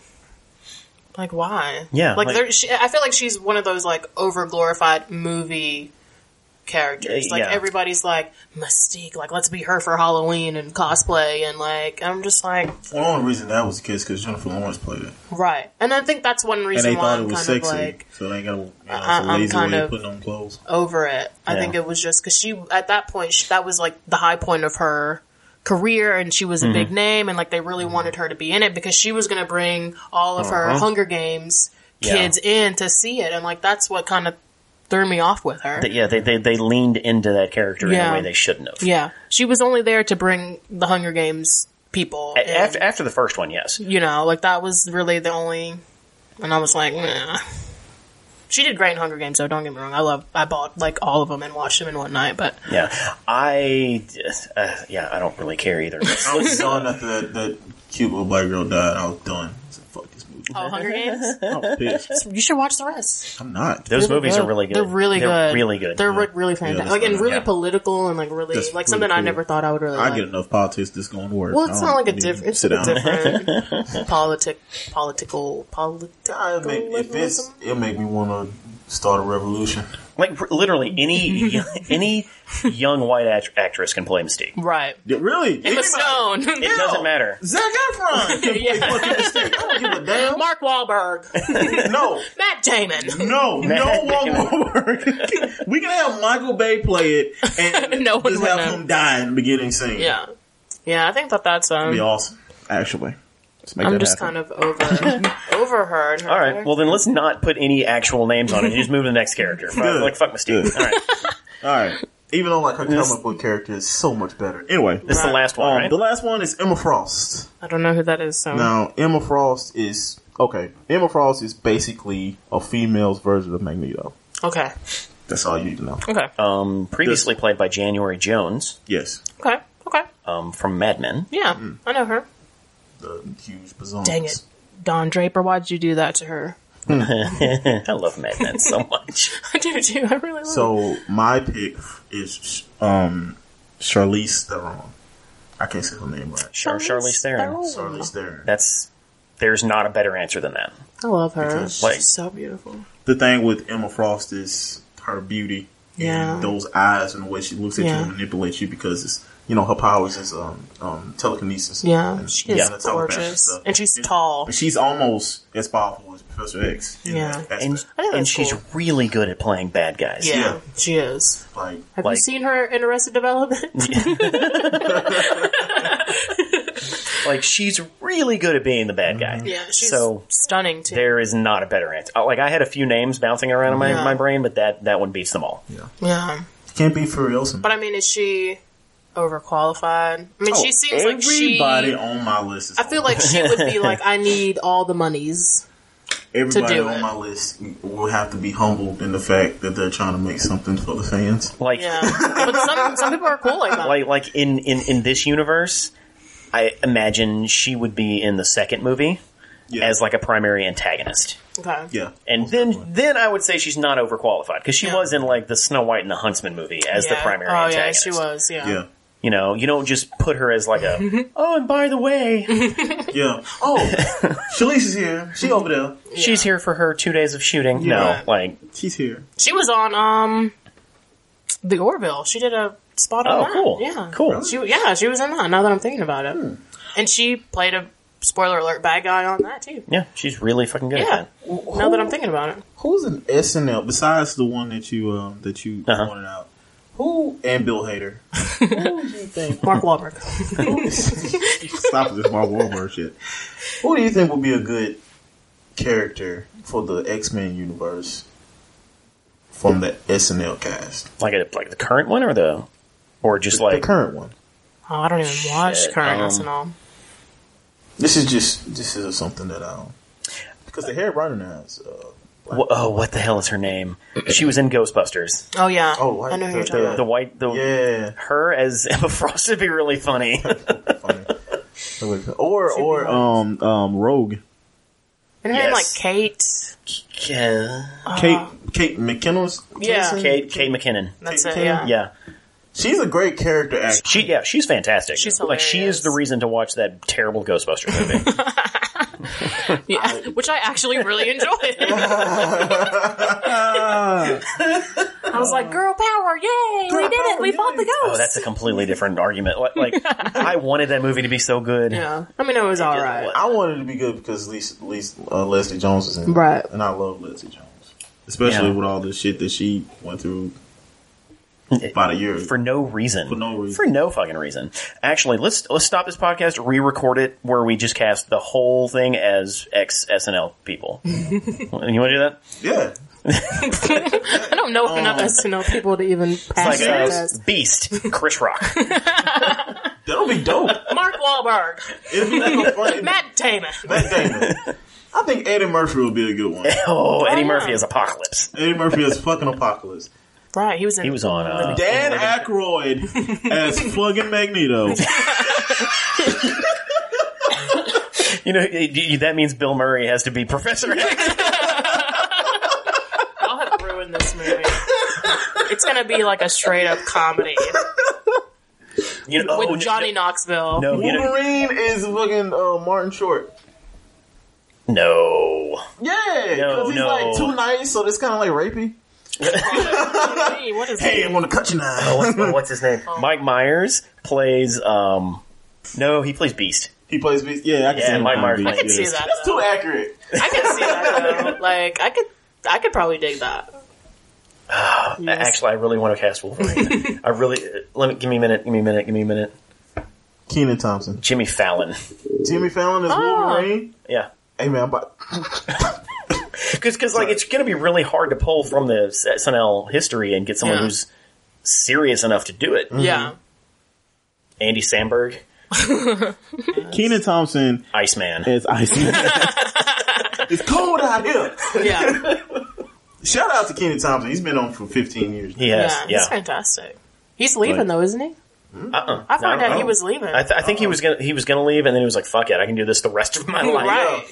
S3: like why?
S1: Yeah,
S3: like,
S1: like-
S3: there, she, I feel like she's one of those like over glorified movie characters.
S1: Yeah,
S3: Like
S1: yeah.
S3: everybody's like Mystique, like let's be her for Halloween and cosplay, and like I'm just like
S2: the only reason that was the case because Jennifer Lawrence played it,
S3: right. And I think that's one
S2: and they
S3: reason why
S2: thought
S3: I'm
S2: it
S3: kind
S2: was sexy,
S3: of like
S2: so they got a, you know, it's
S3: I-
S2: a
S3: I'm
S2: lazy
S3: kind
S2: way
S3: of-
S2: of putting on clothes.
S3: over it. I
S1: Yeah.
S3: think it was just because she at that point she, that was like the high point of her career, and she was a
S1: Mm-hmm.
S3: big name, and like they really wanted her to be in it because she was going to bring all of her Hunger Games
S1: Uh-huh. Yeah.
S3: kids in to see it, and like that's what kind of threw me off with her.
S1: Th- yeah, they, they they leaned into that character in
S3: Yeah.
S1: a way they shouldn't have.
S3: yeah, she was only there to bring the Hunger Games people.
S1: A-
S3: in.
S1: After, after the first one, yes.
S3: you know, like that was really the only. And I was like, nah. She did great in Hunger Games, though. Don't get me wrong. I love. I bought like all of them and watched them in one night, but
S1: Yeah, I uh, yeah I don't really care either.
S2: I was done after that, that cute little black girl died. I was done. I said, "Fuck this movie."
S3: Oh, Hunger Games.
S4: I'm pissed.
S3: You should watch the rest.
S2: I'm not.
S1: Those movies
S3: good.
S1: are really good.
S3: They're really
S1: They're
S3: good.
S1: really good.
S3: They're re- really fantastic.
S2: that's
S3: like and
S2: good.
S3: really
S1: Yeah.
S3: political and like really
S2: That's
S3: like something
S2: really
S3: I
S2: cool.
S3: never thought I would really.
S2: I
S3: like.
S2: get enough politics that's going to work.
S3: Well, it's
S2: I
S3: not
S2: don't
S3: like a
S2: need
S3: different.
S2: to
S3: It's
S2: sit
S3: a
S2: down.
S3: different politic, political,
S2: I
S3: political
S2: mean, if it's,
S3: liberalism.
S2: it'll make me want to start a revolution.
S1: like r- literally any any young white act- actress can play Mystique.
S3: Right.
S4: Yeah, really?
S3: Emma Stone.
S1: It doesn't matter.
S2: Zac Efron. can play fucking Mystique. I don't give a damn.
S3: Mark Wahlberg.
S2: No,
S3: Matt Damon.
S2: no, no one will work. We can have Michael Bay play it and
S3: No one
S2: just
S3: would
S2: have
S3: know.
S2: him die in the beginning scene.
S3: Yeah. Yeah, I think that that's um.
S2: It'd be awesome.
S4: Actually. Let's make
S3: I'm
S4: that
S3: just
S4: happen.
S3: kind of over over her. And her
S1: All right, well then let's not put any actual names on it. You just move to the next character.
S2: Good.
S1: Like fuck Mystique.
S4: Good.
S1: All right,
S4: All right.
S2: Even though like her comic book character is so much better.
S4: Anyway.
S1: this is the
S3: Right.
S1: last one,
S4: Um,
S1: right?
S2: The last one is Emma Frost.
S3: I don't know who that is. So
S2: Now Emma Frost is okay. Emma Frost is basically a female's version of Magneto.
S3: okay,
S2: That's all you need to know.
S3: okay,
S1: Um, previously played by January Jones
S4: Yes.
S3: okay, okay.
S1: um, from Mad Men.
S3: Yeah, I know her.
S2: The huge bazongs.
S3: Dang it, Don Draper, why'd you do that to her?
S1: I love Mad Men so much.
S3: I do too. I really love. her.
S2: So my pick is um Charlize Theron. I can't say her name right.
S1: Char- Charlize Theron.
S2: Charlize Theron.
S1: That's there's not a better answer than that.
S3: I love her.
S2: Because,
S3: She's
S1: like-
S3: so beautiful.
S2: the thing with Emma Frost is her beauty.
S3: Yeah.
S2: And those eyes and the way she looks at you
S3: Yeah.
S2: and manipulates you because it's you know her powers is um, um telekinesis.
S3: Yeah,
S2: and,
S3: she is
S2: yeah, the telepath
S3: gorgeous,
S2: stuff.
S3: and she's tall.
S2: But she's almost as powerful as Professor X. in
S3: Yeah.
S2: that
S1: And
S2: aspect.
S3: I think
S1: and
S3: that's
S1: she's
S3: cool.
S1: really good at playing bad guys.
S3: Yeah,
S2: yeah.
S3: she is.
S2: like
S3: Have
S1: Like-
S3: you seen her in Arrested Development?
S1: Like she's really good at being the bad guy.
S3: Mm-hmm. yeah, she's
S1: So-
S3: stunning too.
S1: There is not a better answer. Oh, Like I had a few names bouncing around in my,
S3: Yeah.
S1: my brain, but that that one beats them all.
S3: Yeah,
S2: can't be Furiosa.
S3: but I mean, is she overqualified? I mean, she seems like she.
S2: Oh, everybody on my list. Is
S3: I feel like she would be like, I need all the monies.
S2: everybody
S3: to do
S2: on
S3: it.
S2: my list will have to be humbled in the fact that they're trying to make something for the fans.
S1: Like
S3: Yeah, but some some people are cool like that.
S1: like like in, in in this universe, I imagine she would be in the second movie
S2: Yeah.
S1: as like a primary antagonist.
S3: okay.
S2: yeah.
S1: And then, then I would say she's not overqualified because she
S3: Yeah.
S1: was in like the Snow White and the Huntsman movie as the
S3: Yeah.
S1: primary
S3: Oh yeah,
S1: antagonist.
S3: she was. Yeah.
S2: Yeah.
S1: You know, you don't just put her as like a oh, and by the way,
S2: Yeah. Oh, Shalice is here. She over there.
S1: she's here for her two days of shooting.
S2: Yeah.
S1: No, like
S2: She's here.
S3: She was on um the Orville. She did a spot on
S1: oh,
S3: that.
S1: cool,
S3: Ah, Yeah.
S1: cool.
S3: She yeah, she was in that. Now that I'm thinking about it,
S2: Hmm.
S3: and she played a spoiler alert bad guy on that too.
S1: Yeah, she's really fucking good
S3: Yeah.
S1: at
S3: Now that I'm thinking about it,
S2: Who's an SNL besides the one that you um, that you
S1: Uh-huh.
S2: pointed out? Who and Bill Hader? Who do you think?
S3: Mark Wahlberg.
S2: Stop this Mark Wahlberg shit. Who do you think would be a good character for the X Men universe from the SNL cast?
S1: that. Like a, like the current one or the or just like
S2: the current one.
S3: Oh, I don't even watch
S1: Shit,
S3: current
S1: um,
S3: SNL.
S2: This is just this is something that I don't because the hair running now is. Uh,
S1: wh- oh, what the hell is her name? She was in Ghostbusters.
S3: Oh yeah.
S2: Oh, like
S3: I know who
S2: the-
S3: you're talking
S2: the-
S3: about.
S1: The white the
S2: yeah.
S1: her as Emma Frost would be really funny.
S2: funny. or or um,
S4: Um, um, Rogue.
S3: And her name like
S1: yes.
S3: Kate.
S1: yeah.
S2: Kate Kate McKinnon's
S3: Uh, Yeah.
S1: Kate Kate McKinnon.
S3: That's
S2: Kate
S3: it. Yeah.
S1: Yeah.
S2: She's a great character actor.
S1: She yeah, she's fantastic.
S3: She's
S1: like she
S3: hilarious.
S1: is the reason to watch that terrible Ghostbuster movie.
S3: Yeah, which I actually really enjoyed. I was like, "Girl power, yay! we did it! We fought the ghost."
S1: oh, that's a completely different argument. Like, like I wanted that movie to be so good.
S3: yeah, I mean, it was all right.
S2: I wanted it to be good because Lisa, Lisa, uh, Leslie Jones is in it.
S3: Right.
S2: and I love Leslie Jones, especially
S1: Yeah.
S2: with all the shit that she went through about a year.
S1: For no reason. For
S2: no reason.
S1: For no fucking reason. Actually, let's let's stop this podcast, re-record it, where we just cast the whole thing as ex SNL people. you want to do that?
S2: yeah,
S3: I don't know enough SNL people to even pass
S1: Um, Like uh,
S3: that
S2: Serious?
S3: test.
S1: Beast, Chris Rock.
S2: that'll be dope.
S3: Mark Wahlberg,
S2: It'll be like funny.
S3: Matt Damon.
S2: Matt Damon. I think Eddie Murphy will be a good one.
S1: Oh, Eddie
S3: yeah.
S1: Murphy is Apocalypse.
S2: Eddie Murphy is fucking apocalypse.
S3: Right, he was in.
S1: He was on. Uh,
S2: Dan Aykroyd as fucking Magneto.
S1: You know, it- it- that means Bill Murray has to be Professor X.
S3: Y'all have ruined this movie. It's gonna be like a straight up comedy
S1: You know,
S3: with
S1: oh, no,
S3: Johnny Knoxville.
S1: No, you know,
S2: Wolverine is fucking uh, Martin Short.
S1: no.
S2: Yeah,
S1: No,
S2: because he's
S1: no.
S2: like too nice, so it's kind of like rapey.
S3: Hey, what is
S2: Hey, I
S3: it?
S2: want to cut you now.
S1: Oh, What's, what's his name?
S3: Oh.
S1: Mike Myers plays. um No, he plays Beast.
S2: he plays. Beast. Yeah, I can
S1: Yeah,
S2: see him
S1: Mike
S2: on
S1: Myers
S2: Beast.
S1: plays
S3: I can see that.
S2: That's
S3: though.
S2: too accurate.
S3: I can see that though. Like I could, I could probably dig that. Yes.
S1: Uh, Actually, I really want to cast Wolverine. I really. Let me give me a minute. Give me a minute. Give me a minute.
S2: Keenan Thompson,
S1: Jimmy Fallon.
S2: Jimmy Fallon is Wolverine.
S1: Yeah.
S3: Oh.
S2: Hey man, I'm about.
S1: Because like it's going to be really hard to pull from the SNL history and get someone
S3: Yeah.
S1: who's serious enough to do it.
S3: Yeah,
S1: Andy Samberg,
S4: Keenan Thompson
S1: Iceman.
S4: as Iceman.
S2: It's cold out here.
S3: yeah,
S2: Shout out to Keenan Thompson. He's been on for 15 years.
S1: He has,
S3: yeah.
S1: yeah.
S3: He's fantastic. He's leaving
S4: Right.
S3: though, isn't he?
S1: Uh-uh.
S3: I found
S1: No,
S3: out he
S1: no.
S3: was leaving.
S1: I, th- I think he was gonna he was gonna leave, and then he was like, "Fuck it, I can do this the rest of my life."
S3: right.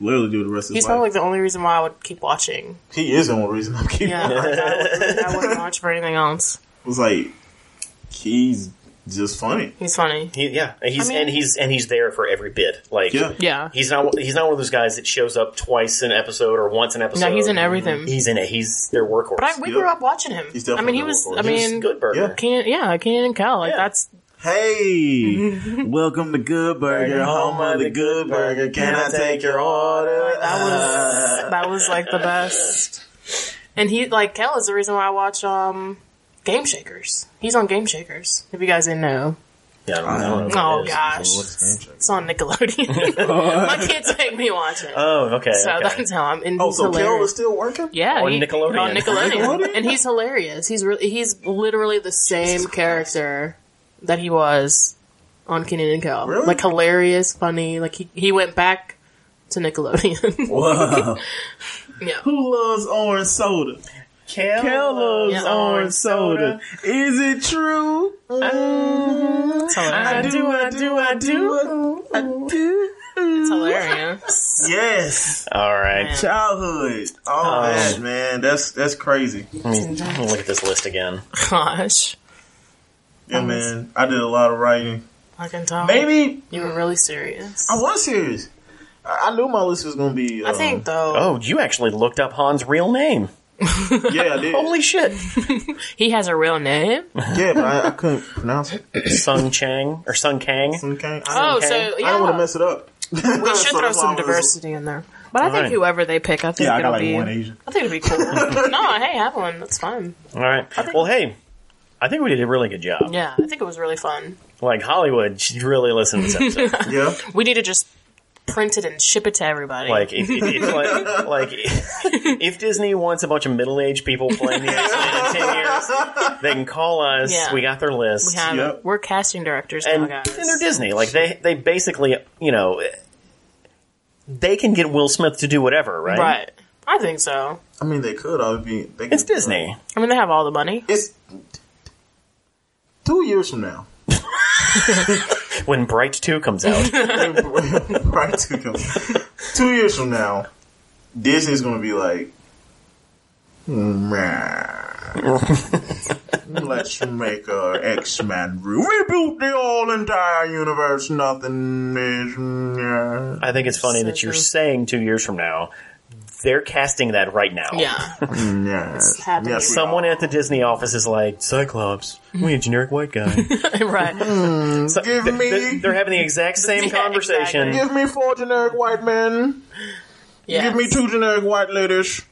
S2: Literally do the rest of his
S3: He's
S2: life.
S3: probably the only reason why I would keep watching.
S2: he is the only reason I'm keeping.
S3: Yeah,
S2: it.
S3: I wouldn't watch for anything else.
S2: It was like he's just funny.
S3: He's funny.
S1: He, yeah, and he's
S3: I mean-
S1: and he's and he's there for every bit. Like,
S2: Yeah.
S3: Yeah.
S1: he's not he's not one of those guys that shows up twice an episode or once an episode.
S3: No, he's in everything.
S1: He's in it. He's their workhorse.
S3: But I, we
S2: Yeah.
S3: grew up watching him.
S2: He's
S3: I mean,
S2: definitely
S3: he was.
S2: a
S3: I
S2: workhorse.
S1: he's
S3: mean,
S1: good burger.
S2: Yeah.
S3: Kenan, yeah, Kenan and Kel. Like
S1: Yeah.
S3: that's
S2: Hey, welcome to Good Burger, home of the Good Burger. Can I take your order? Oh,
S3: that was that was like the best. And he like Kel is the reason why I watch um Game Shakers. He's on Game Shakers. If you guys didn't know,
S1: Yeah, I don't, I don't know.
S3: Oh,
S1: what it is.
S3: gosh. it's on Nickelodeon. My kids make me watch it,
S1: Oh, okay.
S3: so
S1: okay.
S3: that's how I'm. And
S2: Oh,
S3: he's
S2: so
S3: hilarious.
S2: Carol is still working?
S3: yeah,
S1: On
S3: he-
S1: Nickelodeon.
S3: on Nickelodeon.
S2: Nickelodeon?
S3: and he's hilarious. He's really he's literally the same character that he was on Kenan and Kel.
S2: Really?
S3: Like hilarious, funny. Like he he went back to Nickelodeon.
S2: Wow.
S3: yeah.
S2: Who loves orange soda?
S1: Kel-
S4: Kel loves
S3: Yeah.
S4: orange soda. Is it true?
S3: Hilarious.
S2: do, I do, I do, I do.
S3: It's hilarious.
S2: Yes,
S1: All right.
S2: childhood. All that, man. That's that's crazy.
S1: Let me look at this list again.
S3: Gosh,
S2: Yeah, man. I did a lot of writing.
S3: I can tell.
S2: Maybe
S3: you were really serious.
S2: I was serious. I I knew my list was gonna be.
S3: I
S2: um,
S3: think though
S1: Oh, you actually looked up Han's real name.
S2: um, Yeah, I did.
S1: Holy shit.
S3: he has a real name.
S2: yeah, but I, I couldn't pronounce it.
S1: Sung Chang or Sung Kang.
S2: Okay.
S3: Oh,
S1: Okay. I
S3: so
S1: don't
S2: I
S3: yeah,
S2: don't want to mess it up. we
S3: we should throw some diversity in there. But I think
S1: right.
S3: whoever they pick, I think
S4: Yeah, I
S3: it'll
S4: got like
S3: be.
S4: one Asian.
S3: I think it'll be cool. no, hey, have one. That's fine.
S1: All right. Well, hey, I think we did a really good job.
S3: Yeah, I think it was really fun.
S1: Like Hollywood should really listen to this episode.
S2: Yeah.
S3: We need to just print it and ship it to everybody.
S1: like, if, if, if, like, like if Disney wants a bunch of middle-aged people playing the X-Men in ten years, they can call us.
S3: Yeah.
S1: We got their list.
S3: we have,
S2: Yep.
S3: we're casting directors
S1: and,
S3: now,
S1: and they're
S3: guys.
S1: Disney. Like they they basically you know they can get Will Smith to do whatever, right?
S3: Right. I think so.
S2: I mean, they could. I would be. They
S1: It's
S2: could- uh,
S1: Disney.
S3: I mean, they have all the money.
S2: It's two years from now.
S1: When Bright Two comes out,
S2: right two, two years from now, Disney's gonna be like, "Meh. let's make a X Men reboot the whole entire universe. Nothing is. meh."
S1: I think it's funny
S3: So
S1: that you're
S3: true.
S1: saying two years from now they're casting that right now.
S3: Yeah.
S2: Yes.
S3: happening.
S2: Yes, we
S1: Someone
S2: are.
S1: at the Disney office is like Cyclops. We a generic white guy.
S3: right.
S1: So
S2: Give
S1: th-
S2: me-
S1: th- they're having the exact same
S3: Yeah,
S1: conversation.
S3: exactly.
S2: Give me four generic white men.
S3: Yeah.
S2: Give me two generic white ladies.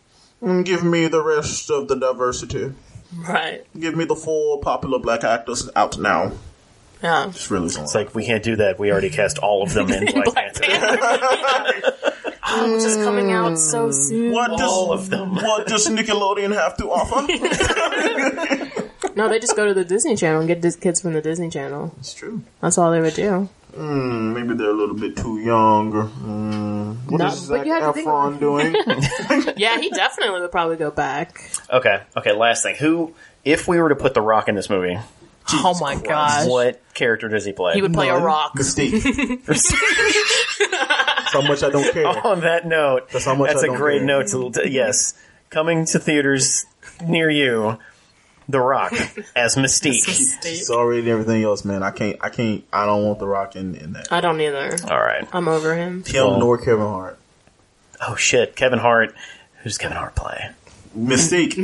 S2: And give me the rest of the diversity.
S3: Right.
S2: Give me the four popular black actors out now.
S3: Yeah.
S2: It's really long.
S1: It's like we can't do that. We already cast all of them in Black, Panther.
S3: Which is coming out so soon.
S2: what does
S1: All of them.
S2: what does Nickelodeon have to offer?
S3: No, they just go to the Disney Channel and get dis- kids from the Disney Channel.
S2: it's true.
S3: That's all they would do.
S2: Mm, maybe they're a little bit too young. Or, mm, what
S3: No,
S2: is
S3: but
S2: Zac
S3: you have to think Oh
S2: Efron doing?
S3: Yeah, he definitely would probably go back.
S1: Okay. Okay. Last thing. Who, if we were to put the Rock in this movie,
S3: oh my gosh.
S1: what character does he play?
S3: He would play a rock.
S2: Mystique. how much I don't care.
S3: Oh,
S1: On that note,
S2: That's how much I
S1: a
S2: don't
S1: great
S2: care.
S1: note to, to- yes. Coming to theaters near you, The Rock as Mystique.
S2: It's already everything else, man. I can't. I can't. I don't want The Rock in, in that.
S3: I don't either.
S1: All right.
S3: I'm over him.
S2: Him nor Kevin Hart.
S1: Oh shit, Kevin Hart. Who's Kevin Hart play?
S2: Mystique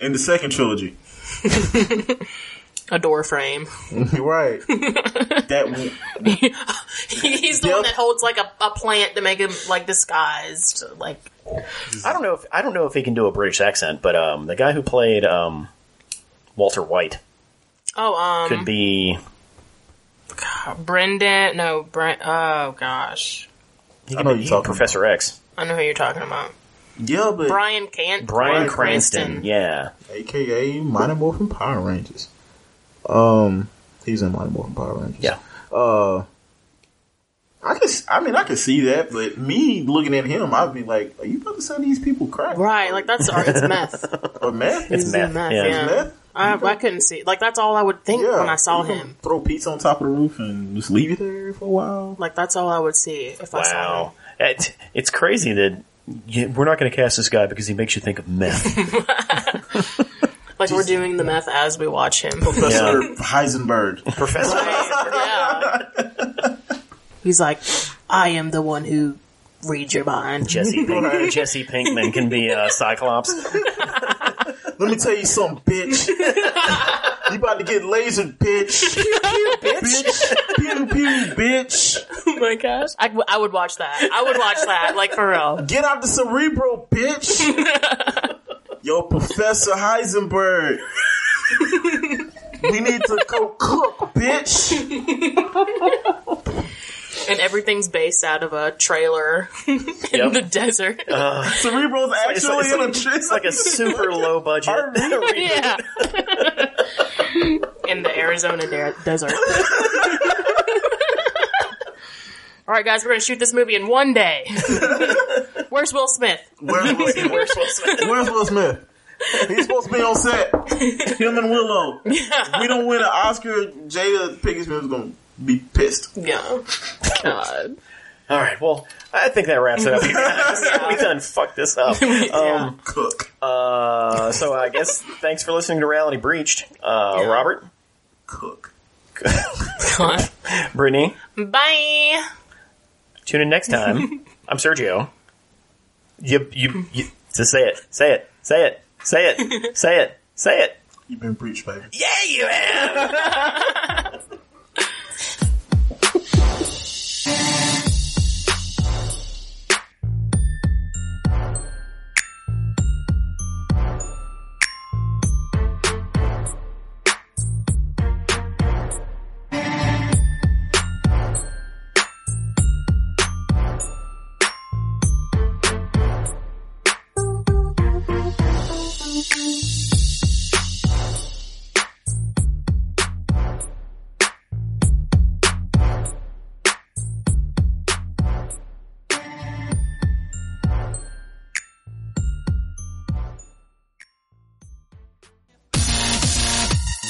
S2: in the second trilogy.
S3: A door frame.
S2: You're right. That w-
S3: He's the one that holds like a, a plant to make him like disguised. Like
S1: I don't know if I don't know if he can do a British accent, but um, the guy who played um, Walter White
S3: oh um
S1: could be.
S3: Brendan no Brent oh gosh.
S1: He
S2: I
S1: could
S2: know
S1: be
S2: you're talking
S1: Professor X.
S3: I know who you're talking about.
S2: yeah, but
S3: Brian Cant
S1: Brian Cranston. Yeah,
S2: AKA Mighty Morphin Power Rangers. Um, he's in Mighty Morphin Power Rangers.
S1: yeah.
S2: Uh, I can. s- I mean, I can see that, but me looking at him, I'd be like, "Are you about to sell these people crack
S3: Right, like that's our it's meth.
S2: or meth?
S1: It's
S3: He's
S1: meth,
S3: in
S1: yeah.
S2: meth?
S3: I, I couldn't see. Like that's all I would think
S2: Yeah,
S3: when I saw
S2: you gonna
S3: him.
S2: throw pizza on top of the roof and just leave it there for a while.
S3: Like that's all I would see if I saw him.
S1: Wow, it, it's crazy that you, we're not going to cast this guy because he makes you think of meth.
S3: Like we're doing the meth as we watch him.
S2: Professor Heisenberg.
S1: Professor,
S3: yeah. He's like, I am the one who reads your mind.
S1: Jesse Pinkman. Jesse Pinkman can be uh, Cyclops.
S2: Let me tell you something, bitch. you about to get lasered, bitch. bitch. Pew pew, bitch.
S3: oh my gosh. I, w- I would watch that. I would watch that, like for real.
S2: Get out the cerebro, bitch. Yo, Professor Heisenberg. we need to go cook, bitch.
S3: And everything's based out of a trailer in
S1: Yep. Uh-huh.
S3: the desert.
S2: Cerebro's
S1: It's,
S2: actually
S1: it's,
S2: in a
S1: like,
S2: tree.
S1: it's like a super low budget.
S3: yeah. in the Arizona de- desert. All right, guys, we're gonna shoot this movie in one day. Where's Will Smith?
S2: Where's Will Smith?
S1: Where's Will Smith?
S2: Where's Will Smith? He's supposed to be on set. Him and Willow. If we don't win an Oscar, Jada Pinkett Smith's gonna be pissed.
S3: Yeah. God.
S1: All right, well, I think that wraps it up. you guys. we done fucked this up. Um,
S2: Cook.
S1: Uh, so I guess thanks for listening to Reality Breached, uh,
S3: Yeah.
S1: Robert,
S2: Cook.
S3: God.
S1: Brittany.
S3: Bye.
S1: Tune in next time. I'm Sergio. You, you, you, just say it, say it, say it, say it, say it, say it.
S2: You've been breached, baby.
S1: Yeah, you have.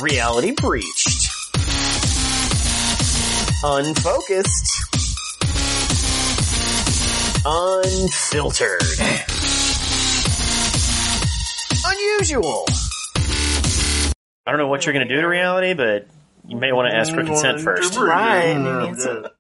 S1: Reality breached. Unfocused. Unfiltered. Unusual.
S2: Mm-hmm.
S1: I don't know what you're going to do to reality, but you may want to ask for consent first.
S3: Right.